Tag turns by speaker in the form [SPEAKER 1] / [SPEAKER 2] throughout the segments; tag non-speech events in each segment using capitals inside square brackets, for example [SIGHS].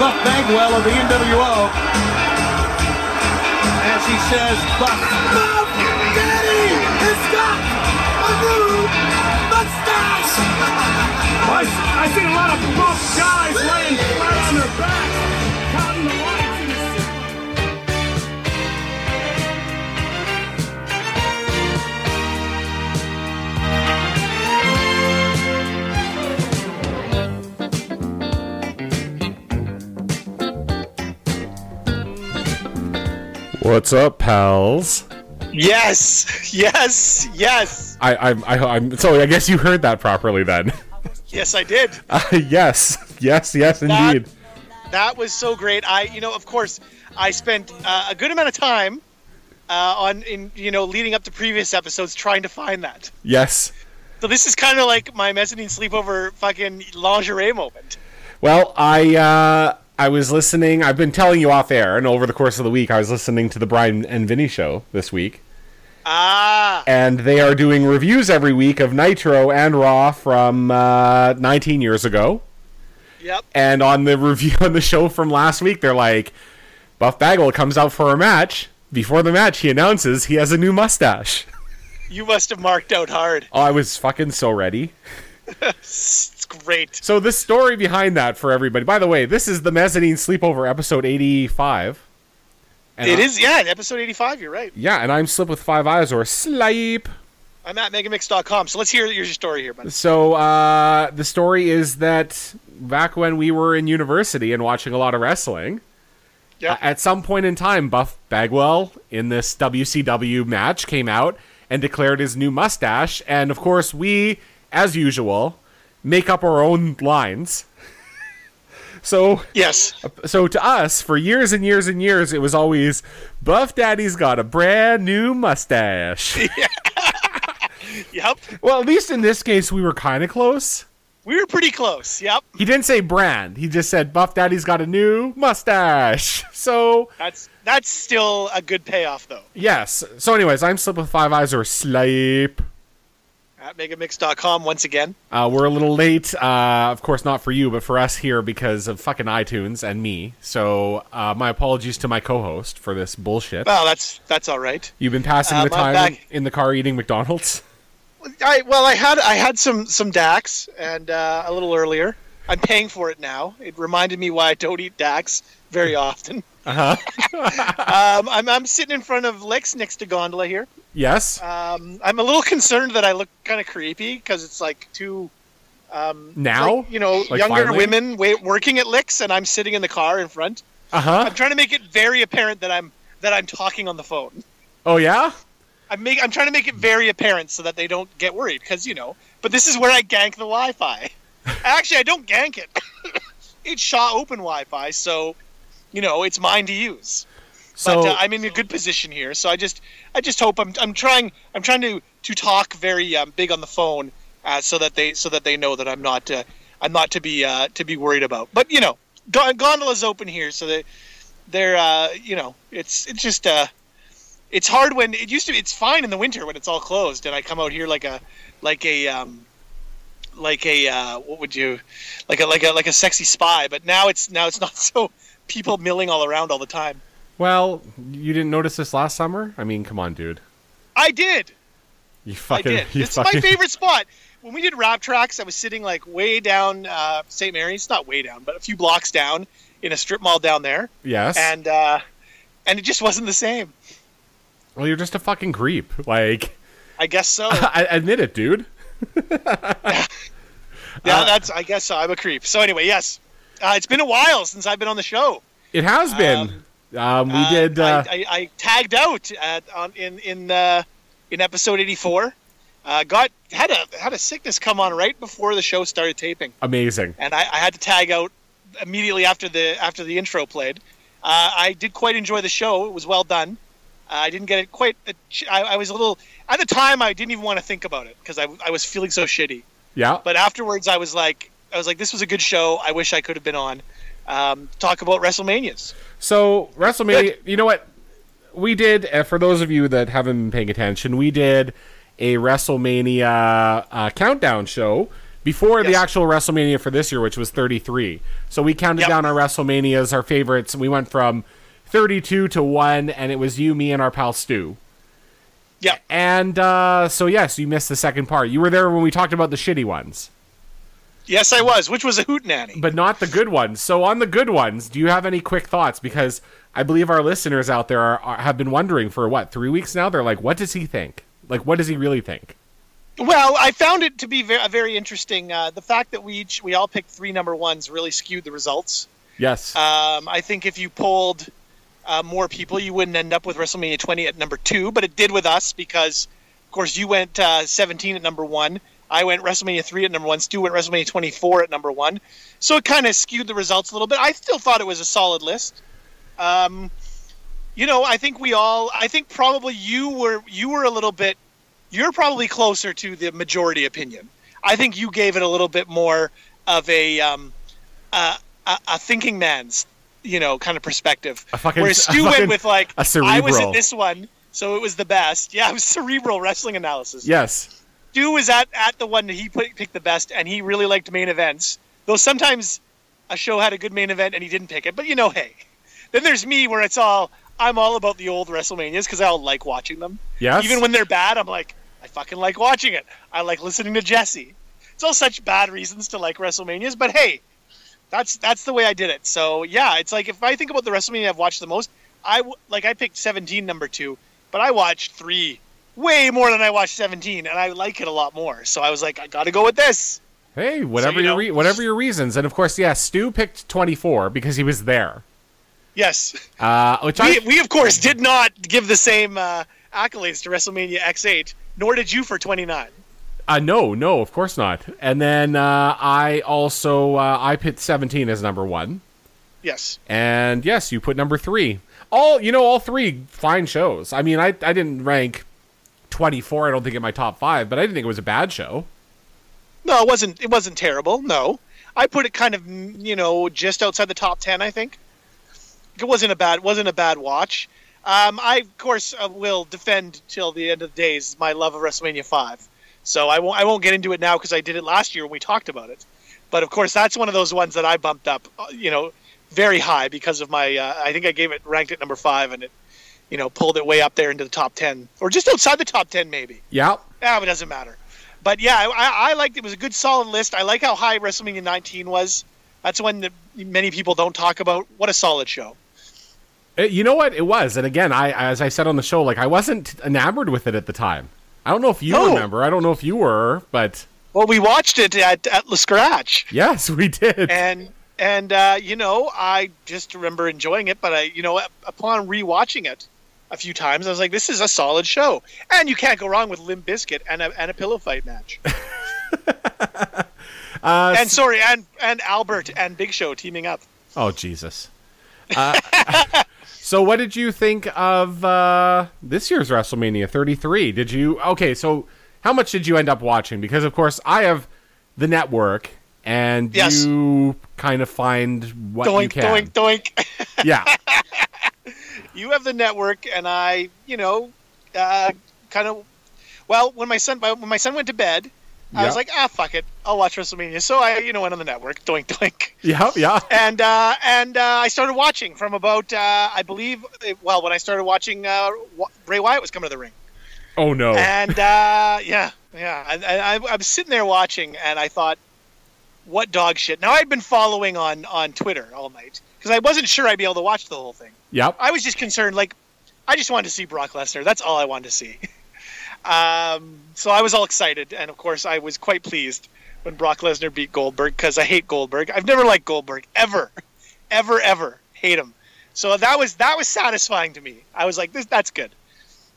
[SPEAKER 1] Bagwell of the NWO as he says, Buck.
[SPEAKER 2] Bob Daddy has got a new mustache!
[SPEAKER 3] I, I seen a lot of buff guys laying flat on their backs, counting the lights in the city.
[SPEAKER 4] What's up, pals?
[SPEAKER 5] Yes, yes, yes,
[SPEAKER 4] I, I'm, I, I'm. So I guess you heard that properly then. [LAUGHS]
[SPEAKER 5] yes. I did.
[SPEAKER 4] Uh, yes, yes, yes,
[SPEAKER 5] That-
[SPEAKER 4] indeed.
[SPEAKER 5] That was so great. I, you know, of course, I spent uh, a good amount of time uh, on in you know leading up to previous episodes trying to find that.
[SPEAKER 4] Yes.
[SPEAKER 5] So this is kind of like my mezzanine sleepover fucking lingerie moment.
[SPEAKER 4] Well, I, uh, I was listening. I've been telling you off air, and over the course of the week, I was listening to the Brian and Vinny show this week,
[SPEAKER 5] Ah,
[SPEAKER 4] and they are doing reviews every week of Nitro and Raw from uh, 19 years ago.
[SPEAKER 5] yep.
[SPEAKER 4] And on the review [LAUGHS] on the show from last week, they're like, Buff Bagwell comes out for a match. Before the match, he announces he has a new mustache.
[SPEAKER 5] You must have marked out hard.
[SPEAKER 4] Oh, I was fucking so ready.
[SPEAKER 5] It's great.
[SPEAKER 4] So the story behind that for everybody. By the way, this is the mezzanine sleepover episode eighty-five. And
[SPEAKER 5] It
[SPEAKER 4] I-
[SPEAKER 5] is, yeah, episode 85, you're right.
[SPEAKER 4] Yeah, and I'm slip with five eyes or sleep.
[SPEAKER 5] I'm at megamix.com, so let's hear your story here, buddy.
[SPEAKER 4] So uh, the story is that back when we were in university and watching a lot of wrestling, uh,
[SPEAKER 5] Yeah.
[SPEAKER 4] at some point in time, Buff Bagwell in this WCW match came out and declared his new mustache. And of course, we, as usual, make up our own lines. [LAUGHS] so
[SPEAKER 5] Yes.
[SPEAKER 4] so to us, for years and years and years, it was always Buff Daddy's got a brand new
[SPEAKER 5] [LAUGHS]
[SPEAKER 4] mustache. [LAUGHS]
[SPEAKER 5] Yep.
[SPEAKER 4] well, at least in this case, we were kind of close.
[SPEAKER 5] We were pretty close. Yep.
[SPEAKER 4] He didn't say brand. He just said Buff Daddy's got a new mustache. [LAUGHS] So
[SPEAKER 5] That's that's still a good payoff though.
[SPEAKER 4] yes. So anyways, I'm Slip with Five Eyes or Sleep.
[SPEAKER 5] At megamix.com once again.
[SPEAKER 4] Uh, we're a little late, uh, of course, not for you, but for us here because of fucking iTunes and me. So uh, my apologies to my co-host for this bullshit.
[SPEAKER 5] Well, that's that's all right.
[SPEAKER 4] You've been passing
[SPEAKER 5] Um,
[SPEAKER 4] the
[SPEAKER 5] I'm
[SPEAKER 4] time
[SPEAKER 5] back.
[SPEAKER 4] in the car eating McDonald's.
[SPEAKER 5] I well, I had I had some some Dax and uh, a little earlier. I'm paying for it now. It reminded me why I don't eat Dax
[SPEAKER 4] [LAUGHS]
[SPEAKER 5] very often. Uh-huh. [LAUGHS] um, I'm I'm sitting in front of Lex next to Gondola here.
[SPEAKER 4] Yes.
[SPEAKER 5] Um, I'm a little concerned that I look kind of creepy because it's like two,
[SPEAKER 4] now
[SPEAKER 5] like, you know,
[SPEAKER 4] Like
[SPEAKER 5] younger
[SPEAKER 4] finally?
[SPEAKER 5] women wa working at Licks, and I'm sitting in the car in front.
[SPEAKER 4] uh-huh
[SPEAKER 5] I'm trying to make it very apparent that I'm that I'm talking on the phone.
[SPEAKER 4] oh yeah
[SPEAKER 5] I'm make, I'm trying to make it very apparent so that they don't get worried because you know. But this is where I gank the Wi-Fi. Actually, I don't gank it. [LAUGHS] it's Shaw Open Wi-Fi, so you know it's mine to use.
[SPEAKER 4] so
[SPEAKER 5] but uh, I'm in a good position here, so I just I just hope I'm I'm trying I'm trying to to talk very um, big on the phone uh, so that they so that they know that I'm not uh, I'm not to be uh, to be worried about. But you know, Gon- gondola's open here, so they they're uh, you know it's it's just uh it's hard when it used to be it's fine in the winter when it's all closed and I come out here like a like a um like a uh, what would you like a like a like a sexy spy but now it's now it's not [LAUGHS] so people milling all around all the time
[SPEAKER 4] well you didn't notice this last summer i mean come on dude
[SPEAKER 5] i did
[SPEAKER 4] you
[SPEAKER 5] I
[SPEAKER 4] fucking
[SPEAKER 5] did.
[SPEAKER 4] you
[SPEAKER 5] It's
[SPEAKER 4] fucking
[SPEAKER 5] my favorite spot. When we did rap tracks, I was sitting like way down uh, St. Mary's, not way down, but a few blocks down in a strip mall down there,
[SPEAKER 4] yes
[SPEAKER 5] and uh, and it just wasn't the same.
[SPEAKER 4] well you're just a fucking creep like [LAUGHS]
[SPEAKER 5] I guess so.
[SPEAKER 4] I, admit it dude
[SPEAKER 5] yeah, that's. I guess so. I'm a creep. So anyway, yes, uh, it's been a while since I've been on the show.
[SPEAKER 4] it has been um, we did uh,
[SPEAKER 5] I, I, I tagged out at, on, in in uh, in episode 84. Uh, got had a had a sickness come on right before the show started taping.
[SPEAKER 4] amazing
[SPEAKER 5] and I, I had to tag out immediately after the after the intro played. Uh, I did quite enjoy the show; it was well done. Uh, I didn't get it quite. A ch- I, I was a little at the time. I didn't even want to think about it because I, I was feeling so shitty.
[SPEAKER 4] yeah
[SPEAKER 5] But afterwards, I was like, I was like, this was a good show. I wish I could have been on. Um, talk about WrestleManias.
[SPEAKER 4] So WrestleMania, you know what? We did uh, for those of you that haven't been paying attention, we did a WrestleMania uh, countdown show before the
[SPEAKER 5] Yes.
[SPEAKER 4] actual WrestleMania for this year, which was 33. So we counted
[SPEAKER 5] Yep.
[SPEAKER 4] down our WrestleManias, our favorites, and we went from 32 to 1, and it was you, me, and our pal Stu.
[SPEAKER 5] Yeah.
[SPEAKER 4] And uh, so, yes, you missed the second part. You were there when we talked about the shitty ones,
[SPEAKER 5] Yes, I was, which was a hootenanny.
[SPEAKER 4] but not the good ones. So, on the good ones, do you have any quick thoughts? Because I believe our listeners out there are, are, have been wondering for what, three weeks now? They're like, what does he think? Like, what does he really think?
[SPEAKER 5] Well, I found it to be very, very interesting. Uh, the fact that we each we all picked three number ones really skewed the results.
[SPEAKER 4] Yes.
[SPEAKER 5] Um, I think if you polled uh, more people, you wouldn't end up with WrestleMania 20 at number two, but it did with us because, of course, you went uh, 17 at number one. I went WrestleMania 3 at number one. Stu went WrestleMania 24 at number one. So it kind of skewed the results a little bit. I still thought it was a solid list. Um, you know, I think we all. I think probably you were you were a little bit. You're probably closer to the majority opinion. I think you gave it a little bit more of a um, a, a thinking man's, you know, kind of perspective.
[SPEAKER 4] A fucking-
[SPEAKER 5] Whereas
[SPEAKER 4] a
[SPEAKER 5] Stu
[SPEAKER 4] fucking-
[SPEAKER 5] went with like,
[SPEAKER 4] a
[SPEAKER 5] I was
[SPEAKER 4] cerebral.
[SPEAKER 5] at this one, so it was the best. Yeah, it was [LAUGHS] cerebral wrestling analysis.
[SPEAKER 4] yes.
[SPEAKER 5] Stu was at, at the one that he put, picked the best, and he really liked main events. Though sometimes a show had a good main event and he didn't pick it, but you know, hey. Then there's me where it's all, I'm all about the old WrestleManias because I all like watching them.
[SPEAKER 4] Yes.
[SPEAKER 5] Even when they're bad, I'm like, I fucking like watching it. I like listening to Jesse. It's all such bad reasons to like WrestleManias, but hey, that's that's the way I did it. So yeah, it's like if I think about the WrestleMania I've watched the most, I w- like I picked 17 number two, but I watched three way more than I watched 17, and I like it a lot more. So I was like, I got to go with this.
[SPEAKER 4] Hey, whatever
[SPEAKER 5] you
[SPEAKER 4] your
[SPEAKER 5] know.
[SPEAKER 4] re- whatever your reasons, and of course, yeah, Stu picked twenty four because he was there.
[SPEAKER 5] Yes,
[SPEAKER 4] Uh, which
[SPEAKER 5] we,
[SPEAKER 4] I
[SPEAKER 5] we of course did not give the same uh, accolades to WrestleMania X8, nor did you for 29.
[SPEAKER 4] uh, no, no, of course not. And then uh, I also uh, I picked seventeen as number one,
[SPEAKER 5] Yes.
[SPEAKER 4] and yes, you put number three. All you know, all three fine shows. I mean, I I didn't rank twenty four. I don't think in my top five, but I didn't think it was a bad show.
[SPEAKER 5] No, it wasn't. It wasn't terrible. No, I put it kind of you know just outside the top ten. I think it wasn't a bad wasn't a bad watch. Um, I of course uh, will defend till the end of the days my love of WrestleMania five. So I won't I won't get into it now because I did it last year when we talked about it. But of course that's one of those ones that I bumped up uh, you know very high because of my uh, I think I gave it ranked at number five and it you know pulled it way up there into the top ten or just outside the top ten maybe.
[SPEAKER 4] Yeah,
[SPEAKER 5] Ah, but it doesn't matter. But yeah, I- I, I liked it. was a good, solid list. I like how high WrestleMania 19 was. That's one that many people don't talk about. What a solid show.
[SPEAKER 4] It- you know what it was, and again, I as I said on the show, like I wasn't enamored with it at the time. I don't know if you
[SPEAKER 5] No.
[SPEAKER 4] remember. I don't know if you were, but
[SPEAKER 5] Well, we watched it at at Le Scratch,
[SPEAKER 4] yes, [LAUGHS] we did.
[SPEAKER 5] and and uh, you know, I just remember enjoying it. But I, you know, upon rewatching it a few times, I was like, this is a solid show, and you can't go wrong with Limp Biscuit and a and a pillow fight
[SPEAKER 4] [LAUGHS]
[SPEAKER 5] match.
[SPEAKER 4] Uh,
[SPEAKER 5] and sorry, and and Albert and Big Show teaming up.
[SPEAKER 4] Oh Jesus. Uh, [LAUGHS] so what did you think of uh, this year's WrestleMania 33? Did you okay? So how much did you end up watching? Because of course I have the network, and
[SPEAKER 5] Yes.
[SPEAKER 4] you kind of find what you
[SPEAKER 5] Doink,
[SPEAKER 4] can.
[SPEAKER 5] doink, [LAUGHS] doink.
[SPEAKER 4] Yeah,
[SPEAKER 5] you have the network and i you know uh, kind of well when my son when my son went to bed i was
[SPEAKER 4] Yeah.
[SPEAKER 5] like ah fuck it i'll watch wrestlemania so i you know went on the network [LAUGHS] doink doink
[SPEAKER 4] yeah, yeah.
[SPEAKER 5] and uh, and uh, i started watching from about uh, i believe well when i started watching uh, Wa- bray wyatt was coming to the ring
[SPEAKER 4] Oh no.
[SPEAKER 5] and uh, [LAUGHS] yeah, yeah. And I, I, I was sitting there watching, and I thought, "What dog shit?" Now I'd been following on on Twitter all night because I wasn't sure I'd be able to watch the whole thing.
[SPEAKER 4] Yep.
[SPEAKER 5] I was just concerned, like, I just wanted to see Brock Lesnar. That's all I wanted to see. [LAUGHS] um, so I was all excited, and of course, I was quite pleased when Brock Lesnar beat Goldberg because I hate Goldberg. I've never liked Goldberg ever, [LAUGHS] ever, ever. Hate him. So that was that was satisfying to me. I was like, this that's good.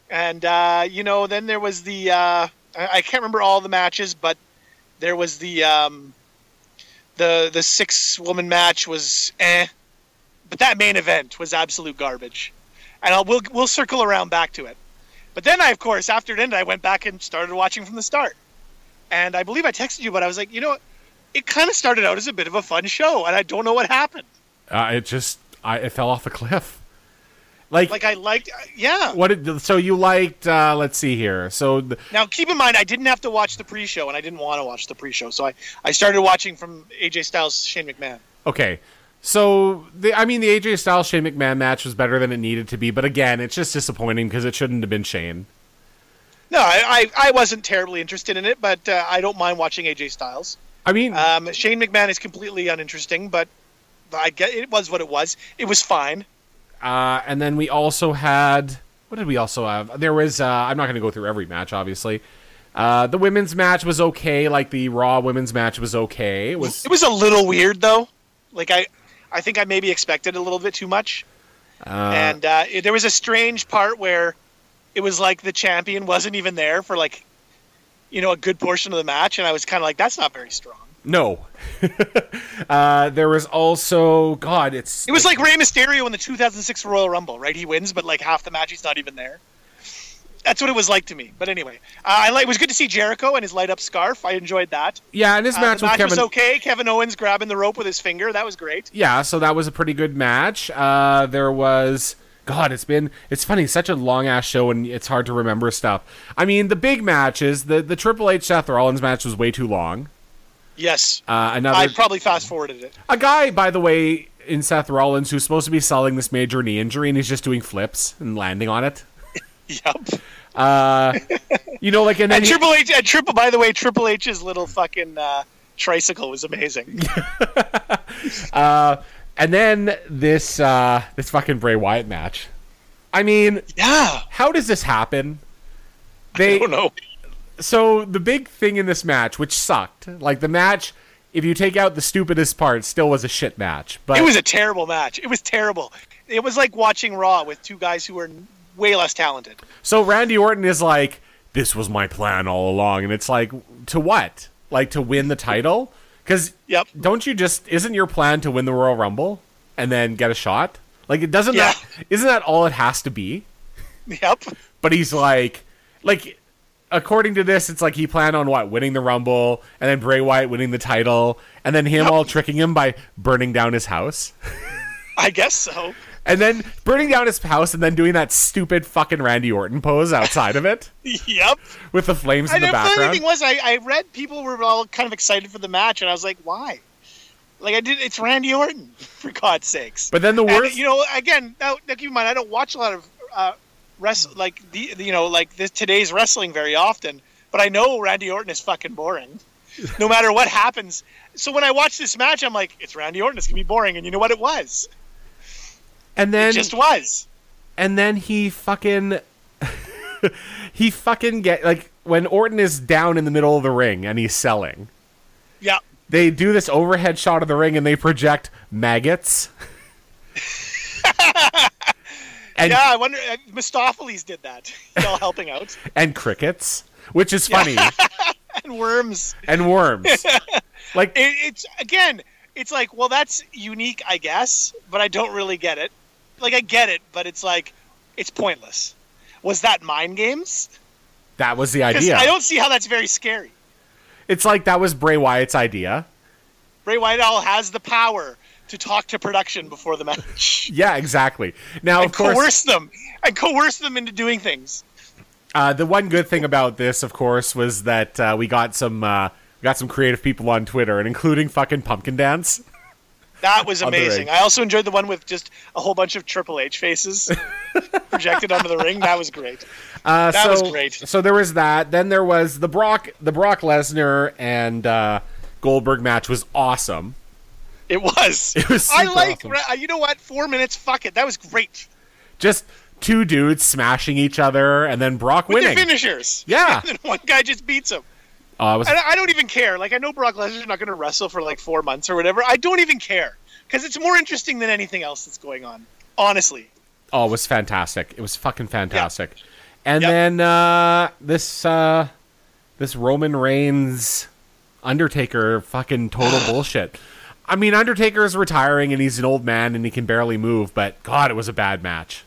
[SPEAKER 5] And uh, you know, then there was the uh, I, I can't remember all the matches, but there was the um, the the six woman match was eh, but that main event was absolute garbage. And I'll, we'll we'll circle around back to it. But then I, of course, after it ended, I went back and started watching from the start. And I believe I texted you, but I was like, you know, what? it kind of started out as a bit of a fun show, and I don't know what happened.
[SPEAKER 4] Uh, it just I, it fell off a cliff. Like,
[SPEAKER 5] Like I liked, uh, yeah.
[SPEAKER 4] what? Did, so you liked? Uh, let's see here. So th-
[SPEAKER 5] Now keep in mind, I didn't have to watch the pre-show, and I didn't want to watch the pre-show, so I, I started watching from AJ Styles, Shane McMahon.
[SPEAKER 4] okay, so the I mean the AJ Styles Shane McMahon match was better than it needed to be, but again, it's just disappointing because it shouldn't have been Shane.
[SPEAKER 5] No, I, I, I wasn't terribly interested in it, but uh, I don't mind watching AJ Styles.
[SPEAKER 4] I mean,
[SPEAKER 5] Um, Shane McMahon is completely uninteresting, but I get it was what it was. It was fine.
[SPEAKER 4] Uh, and then we also had what did we also have? There was uh, I'm not going to go through every match, obviously. Uh, the women's match was okay. Like the Raw women's match was okay. It was
[SPEAKER 5] It was a little weird though. Like I, I think I maybe expected a little bit too much. and uh, it, there was a strange part where it was like the champion wasn't even there for like, you know, a good portion of the match, and I was kind of like, that's not very strong.
[SPEAKER 4] no. [LAUGHS] uh, there was also God. It's
[SPEAKER 5] It was like Rey Mysterio in the 2006 Royal Rumble, right? He wins, but like half the match he's not even there. That's what it was like to me. But anyway, uh, I like, it was good to see Jericho and his light up scarf. I enjoyed that.
[SPEAKER 4] yeah, and his
[SPEAKER 5] Uh,
[SPEAKER 4] match
[SPEAKER 5] the
[SPEAKER 4] with
[SPEAKER 5] match
[SPEAKER 4] Kevin.
[SPEAKER 5] was okay. Kevin Owens grabbing the rope with his finger. That was great.
[SPEAKER 4] yeah, so that was a pretty good match. Uh, there was God. It's been it's funny, such a long ass show, and it's hard to remember stuff. I mean, the big matches, the the Triple H Seth Rollins match was way too long.
[SPEAKER 5] Yes.
[SPEAKER 4] Uh, another
[SPEAKER 5] I probably fast forwarded [LAUGHS] it.
[SPEAKER 4] A guy, by the way, in Seth Rollins who's supposed to be selling this major knee injury and he's just doing flips and landing on it.
[SPEAKER 5] Yep.
[SPEAKER 4] You know, like and then
[SPEAKER 5] And
[SPEAKER 4] he-
[SPEAKER 5] Triple H, and Triple. By the way, Triple H's little fucking uh, tricycle was [LAUGHS] amazing.
[SPEAKER 4] and then this uh this fucking Bray Wyatt match. I mean,
[SPEAKER 5] Yeah.
[SPEAKER 4] how does this happen? They
[SPEAKER 5] I don't know.
[SPEAKER 4] so the big thing in this match, which sucked, like the match, if you take out the stupidest part, still was a shit match. But
[SPEAKER 5] It was a terrible match. It was terrible. It was like watching Raw with two guys who were way less talented. [LAUGHS]
[SPEAKER 4] So Randy Orton is like, this was my plan all along. And it's like, to what? Like, to win the title? Because
[SPEAKER 5] Yep.
[SPEAKER 4] don't you just, isn't your plan to win the Royal Rumble and then get a shot? Like, it doesn't
[SPEAKER 5] Yeah.
[SPEAKER 4] that, isn't that all it has to be?
[SPEAKER 5] Yep.
[SPEAKER 4] But he's like, like, according to this, it's like he planned on what? Winning the Rumble and then Bray Wyatt winning the title and then him all tricking him by burning down his house. [LAUGHS]
[SPEAKER 5] I guess so. [LAUGHS]
[SPEAKER 4] And then burning down his house and then doing that stupid fucking Randy Orton pose outside of
[SPEAKER 5] [LAUGHS]
[SPEAKER 4] it
[SPEAKER 5] Yep.
[SPEAKER 4] with the flames in
[SPEAKER 5] And
[SPEAKER 4] the
[SPEAKER 5] the funny
[SPEAKER 4] background.
[SPEAKER 5] thing was, I, I read people were all kind of excited for the match, and I was like, why? Like I did, it's Randy Orton [LAUGHS] for God's sakes.
[SPEAKER 4] But then the
[SPEAKER 5] And,
[SPEAKER 4] worst,
[SPEAKER 5] you know, again, now, now keep in mind, I don't watch a lot of uh, wrestle like the the- you know like this today's wrestling very often, but I know Randy Orton is fucking
[SPEAKER 4] [LAUGHS]
[SPEAKER 5] boring, no matter what happens. So when I watch this match, I'm like, it's Randy Orton. It's gonna be boring, and you know what? It was.
[SPEAKER 4] and then
[SPEAKER 5] It just was.
[SPEAKER 4] and then he fucking [LAUGHS] he fucking get like when Orton is down in the middle of the ring and he's selling.
[SPEAKER 5] Yeah.
[SPEAKER 4] They do this overhead shot of the ring and they project
[SPEAKER 5] [LAUGHS]
[SPEAKER 4] maggots. and
[SPEAKER 5] Yeah, I wonder. Uh, Mistopheles did that. [LAUGHS] He's all helping
[SPEAKER 4] [LAUGHS]
[SPEAKER 5] out,
[SPEAKER 4] and crickets, which is funny,
[SPEAKER 5] and worms.
[SPEAKER 4] and
[SPEAKER 5] [LAUGHS]
[SPEAKER 4] worms. Like
[SPEAKER 5] It, it's again, it's like, well, that's unique, I guess, but I don't really get it. Like I get it, but it's like, it's pointless. Was that mind games?
[SPEAKER 4] that was the
[SPEAKER 5] 'Cause
[SPEAKER 4] idea.
[SPEAKER 5] I don't see how that's very scary.
[SPEAKER 4] It's like that was Bray Wyatt's idea.
[SPEAKER 5] Bray Wyatt has the power to talk to production before the match.
[SPEAKER 4] Yeah, exactly. Now [LAUGHS] of
[SPEAKER 5] and
[SPEAKER 4] course
[SPEAKER 5] coerce them. And coerce them into doing things.
[SPEAKER 4] Uh, the one good thing about this, of course, was that uh, we got some uh, we got some creative people on Twitter, and including fucking Pumpkin Dance.
[SPEAKER 5] That was
[SPEAKER 4] the
[SPEAKER 5] amazing.
[SPEAKER 4] ring.
[SPEAKER 5] I also enjoyed the one with just a whole bunch of Triple H
[SPEAKER 4] [LAUGHS]
[SPEAKER 5] faces projected onto the ring. That was great.
[SPEAKER 4] Uh,
[SPEAKER 5] That
[SPEAKER 4] so,
[SPEAKER 5] was great.
[SPEAKER 4] So there was that. Then there was the Brock the Brock Lesnar and uh, Goldberg match was awesome. [LAUGHS]
[SPEAKER 5] It was. It
[SPEAKER 4] was
[SPEAKER 5] I
[SPEAKER 4] super
[SPEAKER 5] like.
[SPEAKER 4] awesome.
[SPEAKER 5] ra- uh, You know what? Four minutes. Fuck it. That was great.
[SPEAKER 4] Just two dudes smashing each other, and then Brock
[SPEAKER 5] With
[SPEAKER 4] winning.
[SPEAKER 5] the finishers.
[SPEAKER 4] [LAUGHS] Yeah.
[SPEAKER 5] [LAUGHS] And then one guy just beats him.
[SPEAKER 4] Oh, I was-
[SPEAKER 5] And I I don't even care. Like I know Brock Lesnar's not going to wrestle for like four months or whatever. I don't even care because it's more interesting than anything else that's going on. Honestly,
[SPEAKER 4] oh, it was fantastic. It was fucking fantastic. And
[SPEAKER 5] Yep.
[SPEAKER 4] then uh, this uh, this Roman Reigns Undertaker fucking
[SPEAKER 5] [SIGHS]
[SPEAKER 4] total bullshit. I mean, Undertaker is retiring and he's an old man and he can barely move, but God, it was a bad match.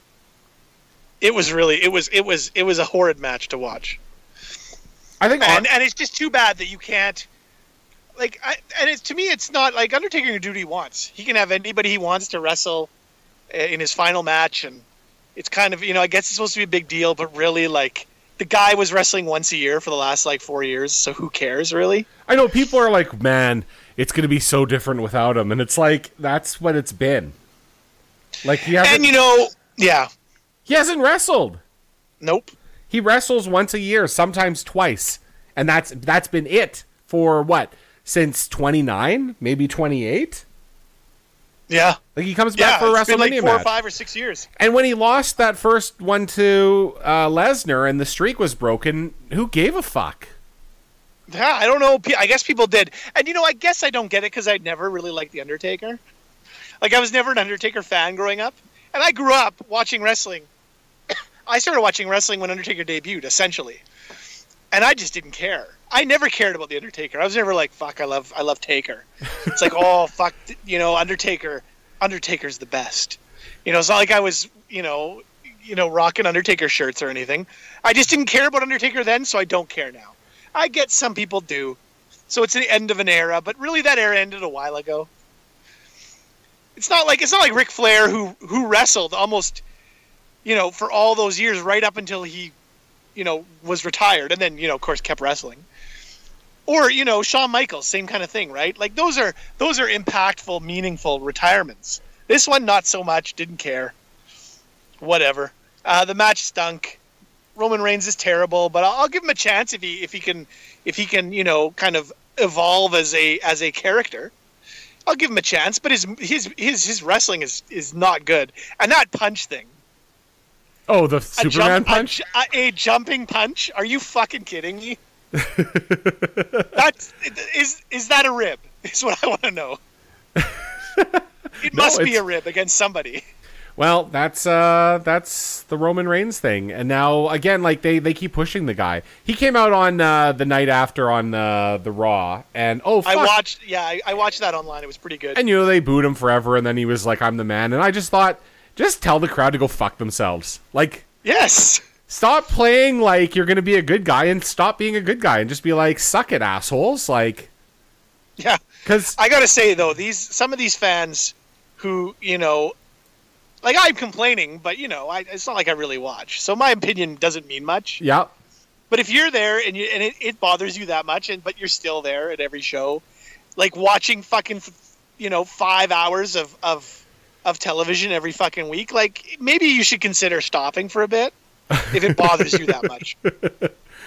[SPEAKER 5] it was really it was it was it was a horrid match to watch.
[SPEAKER 4] I think
[SPEAKER 5] And and it's just too bad that you can't. Like I, and it's to me, it's not like Undertaker eh, can do what he wants. He can have anybody he wants to wrestle uh, in his final match, and it's kind of you know I guess it's supposed to be a big deal, but really like the guy was wrestling once a year for the last like four years, so who cares really?
[SPEAKER 4] I know people are like, man, it's gonna be so different without him, and it's like that's what it's been. Like he hasn't,
[SPEAKER 5] And you know, yeah,
[SPEAKER 4] he hasn't wrestled.
[SPEAKER 5] nope.
[SPEAKER 4] He wrestles once a year, sometimes twice, and that's that's been it for what since twenty nine, maybe twenty eight.
[SPEAKER 5] Yeah,
[SPEAKER 4] Like he comes
[SPEAKER 5] yeah.
[SPEAKER 4] back for a WrestleMania
[SPEAKER 5] it's been like four
[SPEAKER 4] match.
[SPEAKER 5] or five or six years.
[SPEAKER 4] And when he lost that first one to uh, Lesnar and the streak was broken, who gave a fuck?
[SPEAKER 5] Yeah, I don't know. Pe- I guess people did, and you know, I guess I don't get it because I never really liked the Undertaker. Like I was never an Undertaker fan growing up, and I grew up watching wrestling. [COUGHS] I started watching wrestling when Undertaker debuted, essentially, and I just didn't care. I never cared about the Undertaker. I was never like, "Fuck, I love, I love Taker." It's like, "Oh, fuck, th- you know, Undertaker, Undertaker's the best." You know, it's not like I was, you know, you know, rocking Undertaker shirts or anything. I just didn't care about Undertaker then, so I don't care now. I get some people do. So it's the end of an era, but really that era ended a while ago. It's not like it's not like Ric Flair who who wrestled almost, you know, for all those years right up until he, you know, was retired and then you know of course kept wrestling. Or you know Shawn Michaels, same kind of thing, right? Like those are those are impactful, meaningful retirements. This one not so much. Didn't care. Whatever. Uh, the match stunk. Roman Reigns is terrible, but I'll, I'll give him a chance if he if he can if he can you know kind of evolve as a as a character. I'll give him a chance, but his his his his wrestling is is not good, and that punch thing,
[SPEAKER 4] Oh, the
[SPEAKER 5] a
[SPEAKER 4] Superman
[SPEAKER 5] jump- a
[SPEAKER 4] punch?
[SPEAKER 5] ju- a, a jumping punch. Are you fucking kidding me?
[SPEAKER 4] [LAUGHS]
[SPEAKER 5] That's is is that a rib? Is what I want
[SPEAKER 4] [LAUGHS]
[SPEAKER 5] to know. It
[SPEAKER 4] No,
[SPEAKER 5] must be
[SPEAKER 4] it's-
[SPEAKER 5] a rib against somebody.
[SPEAKER 4] Well, that's uh that's the Roman Reigns thing. And now again, like they they keep pushing the guy. He came out on uh the night after on uh the Raw and oh fuck.
[SPEAKER 5] I watched, yeah, I, I watched that online. It was pretty good.
[SPEAKER 4] and you know they booed him forever and then he was like I'm the man and I just thought just tell the crowd to go fuck themselves. Like
[SPEAKER 5] yes.
[SPEAKER 4] stop playing like you're going to be a good guy and stop being a good guy and just be like suck it assholes like
[SPEAKER 5] Yeah.
[SPEAKER 4] cuz
[SPEAKER 5] I gotta say though, these some of these fans who you know, like I'm complaining, but you know, I, it's not like I really watch, so my opinion doesn't mean much.
[SPEAKER 4] yeah
[SPEAKER 5] But if you're there and you and it, it bothers you that much, and but you're still there at every show, like watching fucking, you know, five hours of of of television every fucking week, like maybe you should consider stopping for a bit if it bothers you that much.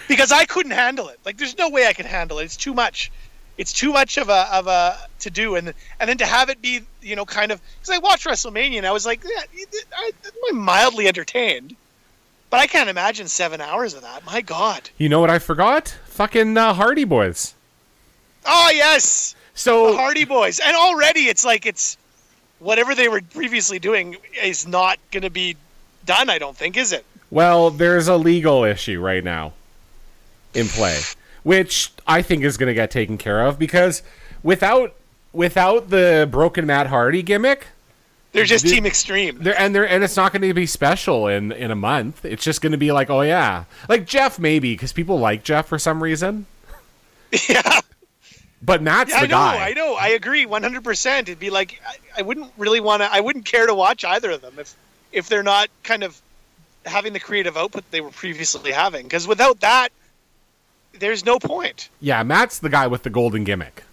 [SPEAKER 5] Because I couldn't handle it. Like there's no way I could handle it. It's too much. It's too much of a of a to do, and and then to have it be you know kind of because I watched WrestleMania and I was like, yeah, I, I'm mildly entertained, but I can't imagine seven hours of that. My God.
[SPEAKER 4] You know what I forgot? Fucking uh, Hardy Boys.
[SPEAKER 5] Oh yes, the
[SPEAKER 4] So
[SPEAKER 5] Hardy Boys, and already it's like it's whatever they were previously doing is not going to be done. I don't think, is it?
[SPEAKER 4] well, there's a legal issue right now in play, which I think is going to get taken care of because without without the broken Matt Hardy gimmick,
[SPEAKER 5] They're just Team Extreme.
[SPEAKER 4] there and there and it's not going to be special in in a month. It's just going to be like, oh yeah, like Jeff maybe because people like Jeff for some reason.
[SPEAKER 5] [LAUGHS] yeah,
[SPEAKER 4] But Matt's
[SPEAKER 5] yeah I
[SPEAKER 4] the
[SPEAKER 5] know,
[SPEAKER 4] guy.
[SPEAKER 5] I know, I agree, one hundred percent. It'd be like I, I wouldn't really want to. I wouldn't care to watch either of them if if they're not kind of having the creative output they were previously having. Because without that, there's no point.
[SPEAKER 4] Yeah, Matt's the guy with the golden gimmick.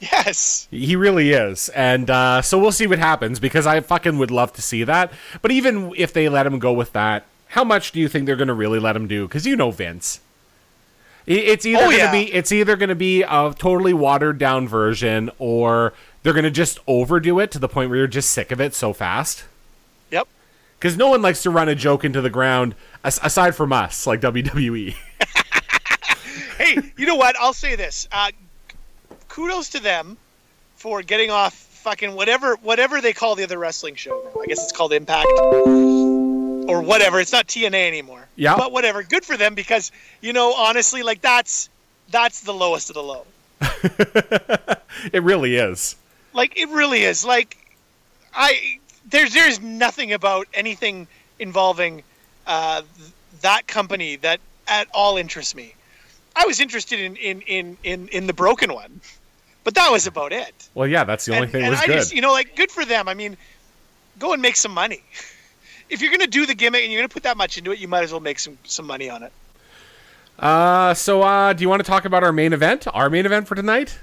[SPEAKER 5] Yes.
[SPEAKER 4] He really is. And uh, so we'll see what happens because I fucking would love to see that. But even if they let him go with that, how much do you think they're going to really let him do? Because you know Vince. I- It's either
[SPEAKER 5] Oh,
[SPEAKER 4] going to
[SPEAKER 5] yeah.
[SPEAKER 4] be it's either going to be a totally watered down version, or they're going to just overdo it to the point where you're just sick of it so fast.
[SPEAKER 5] Yep.
[SPEAKER 4] Because no one likes to run a joke into the ground as- aside from us, like E. WWE.
[SPEAKER 5] hey, you know what? I'll say this. Uh, kudos to them for getting off fucking whatever whatever they call the other wrestling show now. I guess it's called Impact or whatever. It's not TNA anymore.
[SPEAKER 4] Yeah.
[SPEAKER 5] But whatever. Good for them because you know, honestly, like that's that's the lowest of the low.
[SPEAKER 4] [LAUGHS] it really is.
[SPEAKER 5] Like it really is. Like I there's there's nothing about anything involving uh, th- that company that at all interests me. I was interested in in in in, in the broken one, but that was about it.
[SPEAKER 4] Well, yeah, that's the only
[SPEAKER 5] and
[SPEAKER 4] thing
[SPEAKER 5] and
[SPEAKER 4] was
[SPEAKER 5] I
[SPEAKER 4] good.
[SPEAKER 5] just you know like good for them. I mean, go and make some money. [LAUGHS] if you're gonna do the gimmick and you're gonna put that much into it, you might as well make some some money on it.
[SPEAKER 4] Uh, so, uh, do you want to talk about our main event? Our main event for tonight?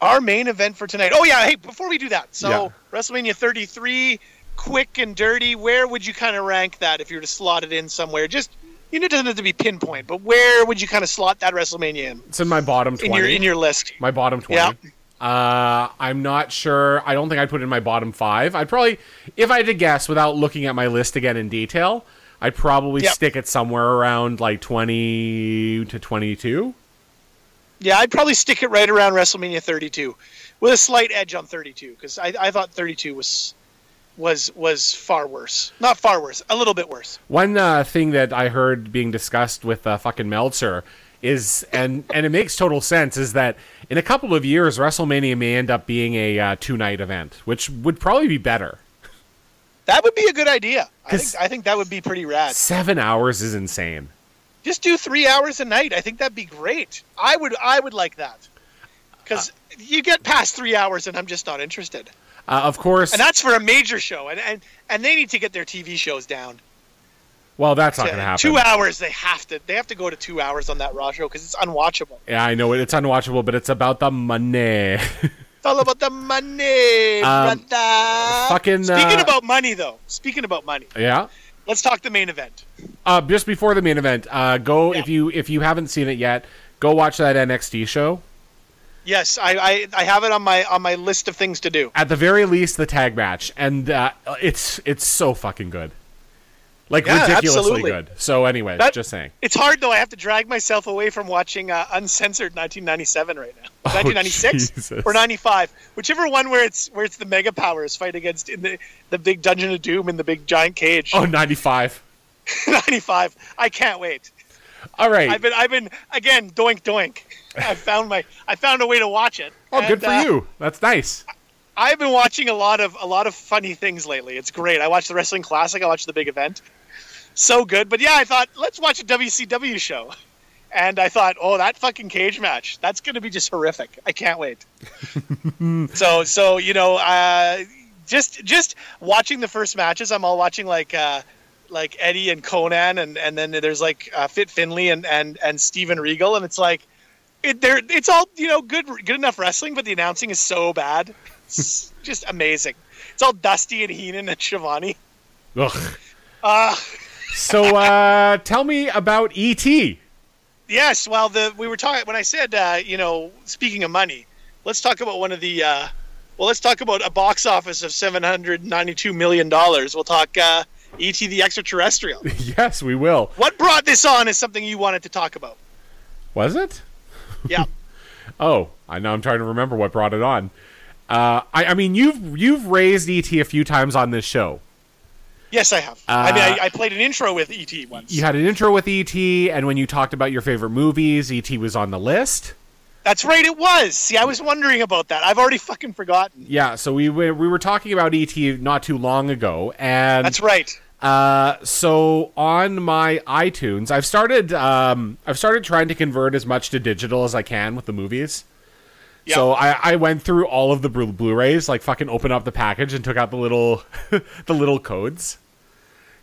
[SPEAKER 5] Our main event for tonight. Oh yeah, hey, before we do that, so
[SPEAKER 4] Yeah.
[SPEAKER 5] WrestleMania 33, quick and dirty. Where would you kind of rank that if you were to slot it in somewhere? Just you know, it doesn't have to be pinpoint, but where would you kind of slot that WrestleMania in
[SPEAKER 4] It's in my bottom 20.
[SPEAKER 5] in your in your list?
[SPEAKER 4] my bottom 20.
[SPEAKER 5] Yeah.
[SPEAKER 4] Uh, I'm not sure. I don't think I'd put it in my bottom five. I'd probably, if I had to guess without looking at my list again in detail, I'd probably
[SPEAKER 5] Yep.
[SPEAKER 4] stick it somewhere around like 20 to 22.
[SPEAKER 5] Yeah, I'd probably stick it right around WrestleMania 32, with a slight edge on 32 because I, I thought 32 was was was far worse. Not far worse, a little bit worse.
[SPEAKER 4] One uh, thing that I heard being discussed with uh, fucking Meltzer is, and and it makes total sense, is that in a couple of years WrestleMania may end up being a uh, two night event, which would probably be better.
[SPEAKER 5] That would be a good idea. I
[SPEAKER 4] 'Cause-
[SPEAKER 5] think I think that would be pretty rad.
[SPEAKER 4] Seven hours is insane.
[SPEAKER 5] Just do three hours a night. I think that'd be great. I would I would like that because you get past three hours and I'm just not interested.
[SPEAKER 4] Uh, of course,
[SPEAKER 5] And that's for a major show, and and and they need to get their TV shows down.
[SPEAKER 4] well, that's not
[SPEAKER 5] to-
[SPEAKER 4] going to happen.
[SPEAKER 5] Two hours they have to they have to go to two hours on that Raw show because it's unwatchable.
[SPEAKER 4] Yeah, I know it. It's unwatchable, but it's about the money. [LAUGHS]
[SPEAKER 5] It's all about the money,
[SPEAKER 4] Um,
[SPEAKER 5] brother.
[SPEAKER 4] fucking,
[SPEAKER 5] Speaking
[SPEAKER 4] uh,
[SPEAKER 5] about money, though. Speaking about money,
[SPEAKER 4] yeah.
[SPEAKER 5] let's talk the main event.
[SPEAKER 4] Uh, just before the main event, uh, go
[SPEAKER 5] Yeah.
[SPEAKER 4] if you if you haven't seen it yet, go watch that NXT show.
[SPEAKER 5] Yes, I, I, I have it on my on my list of things to do.
[SPEAKER 4] At the very least, the tag match, and uh, it's it's so fucking good, like
[SPEAKER 5] Yeah,
[SPEAKER 4] ridiculously
[SPEAKER 5] absolutely.
[SPEAKER 4] good. So, anyway,
[SPEAKER 5] That-
[SPEAKER 4] just saying.
[SPEAKER 5] It's hard though. I have to drag myself away from watching uh, uncensored 1997 right now. 1996
[SPEAKER 4] Oh, Jesus.
[SPEAKER 5] or 95, whichever one where it's where it's the mega powers fight against in the the big dungeon of doom in the big giant cage. [LAUGHS]
[SPEAKER 4] Oh, 95.
[SPEAKER 5] 95. I can't wait.
[SPEAKER 4] All right.
[SPEAKER 5] I've been I've been again
[SPEAKER 4] [LAUGHS]
[SPEAKER 5] doink doink. I found my I found a way to watch it.
[SPEAKER 4] oh, good
[SPEAKER 5] And,
[SPEAKER 4] for
[SPEAKER 5] uh,
[SPEAKER 4] you. That's nice.
[SPEAKER 5] I've been watching a lot of a lot of funny things lately. It's great. I watched the wrestling classic. I watched the big event. So good. But yeah, I thought let's watch a WCW show, and I thought, oh, that fucking cage match. That's going to be just horrific. I can't wait. so so you know, uh, just just watching the first matches. I'm all watching like. Uh, like Eddie and Conan, and, and then there's like uh, Fit Finley and, and, and Steven Regal, and it's like it, they're, it's all you know good good enough wrestling, but the announcing is so bad.
[SPEAKER 4] [LAUGHS]
[SPEAKER 5] It's just amazing. It's all Dusty and Heenan and Shivani.
[SPEAKER 4] Ugh.
[SPEAKER 5] Ah.
[SPEAKER 4] so, uh, tell me about E ET.
[SPEAKER 5] Yes, well, the we were talking when I said uh, you know speaking of money, let's talk about one of the uh, well, let's talk about a box office of seven hundred ninety two million dollars. We'll talk uh, E. T. the
[SPEAKER 4] [LAUGHS]
[SPEAKER 5] Extraterrestrial.
[SPEAKER 4] [LAUGHS] yes, we will.
[SPEAKER 5] what brought this on is something you wanted to talk about.
[SPEAKER 4] Was it?
[SPEAKER 5] Yeah.
[SPEAKER 4] Oh, I know. I'm trying to remember what brought it on. Uh, I, I mean, you've you've raised ET a few times on this show.
[SPEAKER 5] yes, I have. I mean, I, I played an intro with E. T. once.
[SPEAKER 4] Uh, You had an intro with ET, and when you talked about your favorite movies, ET was on the list.
[SPEAKER 5] That's right. It was. See, I was wondering about that. I've already fucking forgotten.
[SPEAKER 4] Yeah, so we were, we were talking about ET not too long ago, and
[SPEAKER 5] That's right.
[SPEAKER 4] Uh, so on my iTunes, I've started um, I've started trying to convert as much to digital as I can with the movies.
[SPEAKER 5] Yeah.
[SPEAKER 4] So I, I went through all of the Blu- Blu-rays, like fucking opened up the package and took out the little [LAUGHS] the little codes.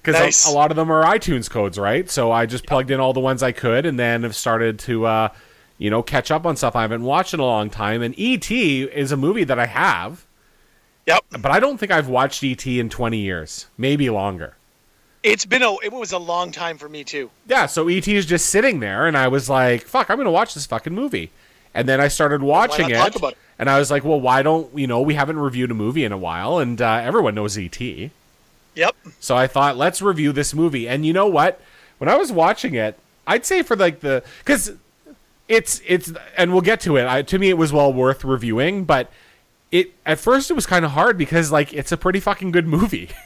[SPEAKER 4] Because
[SPEAKER 5] Nice.
[SPEAKER 4] a, lot of them are iTunes codes, right? So I just plugged in all the ones I could, and then have started to, uh, you know, catch up on stuff I haven't watched in a long time. And ET is a movie that I have,
[SPEAKER 5] Yep.
[SPEAKER 4] but I don't think I've watched ET in twenty years, maybe longer.
[SPEAKER 5] It's been a it was a long time for me too.
[SPEAKER 4] yeah, so ET is just sitting there, and I was like, "Fuck, I'm gonna watch this fucking movie." And then I started watching
[SPEAKER 5] not
[SPEAKER 4] it,
[SPEAKER 5] talk about it?
[SPEAKER 4] and I was like, "Well, why don't you know? We haven't reviewed a movie in a while, and uh, everyone knows ET."
[SPEAKER 5] Yep.
[SPEAKER 4] So I thought, let's review this movie. And you know what? When I was watching it, I'd say for like the because it's it's and we'll get to it. I, to me, it was well worth reviewing, but it at first it was kind of hard because like it's a pretty fucking good movie. [LAUGHS]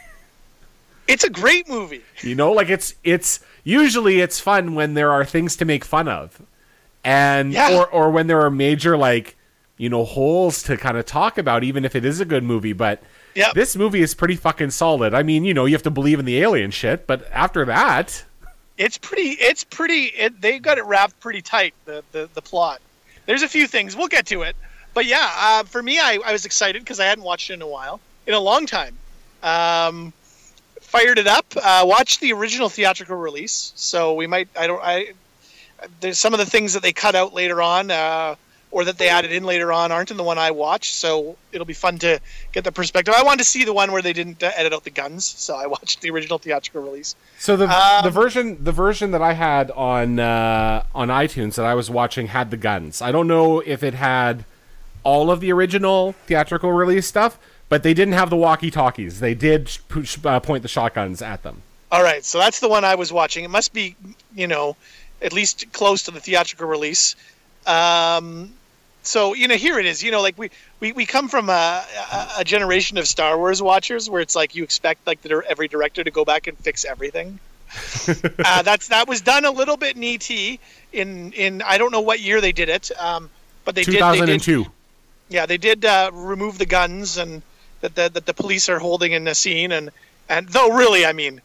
[SPEAKER 5] It's a great movie.
[SPEAKER 4] You know, like it's it's usually it's fun when there are things to make fun of, and
[SPEAKER 5] Yeah.
[SPEAKER 4] or or when there are major like you know holes to kind of talk about, even if it is a good movie. But
[SPEAKER 5] Yep.
[SPEAKER 4] this movie is pretty fucking solid. I mean, you know, you have to believe in the alien shit, but after that,
[SPEAKER 5] It's pretty it's pretty it, they got it wrapped pretty tight the, the the plot. There's a few things we'll get to it. But yeah, uh, for me I, I was excited because I hadn't watched it in a while, in a long time. Um fired it up. Uh, watched the original theatrical release, so we might. I don't. I there's some of the things that they cut out later on, uh, or that they added in later on, aren't in the one I watched. So it'll be fun to get the perspective. I wanted to see the one where they didn't uh, edit out the guns, so I [LAUGHS] watched the original theatrical release.
[SPEAKER 4] So the
[SPEAKER 5] Um,
[SPEAKER 4] the version the version that I had on uh, on iTunes that I was watching had the guns. I don't know if it had all of the original theatrical release stuff, but they didn't have the walkie talkies. They did sh- pu- sh- uh, point the shotguns at them.
[SPEAKER 5] All right, so that's the one I was watching. It must be, you know, at least close to the theatrical release. Um, so you know, here it is. You know, like we we, we come from a, a, a generation of Star Wars watchers where it's like you expect like the, every director to go back and fix everything.
[SPEAKER 4] [LAUGHS]
[SPEAKER 5] uh, that's that was done a little bit in ET in in I don't know what year they did it, um, but they
[SPEAKER 4] Two
[SPEAKER 5] did. they
[SPEAKER 4] thousand and
[SPEAKER 5] did-
[SPEAKER 4] two.
[SPEAKER 5] yeah, they did uh, remove the guns and that the, that the police are holding in the scene, and and though really, I mean,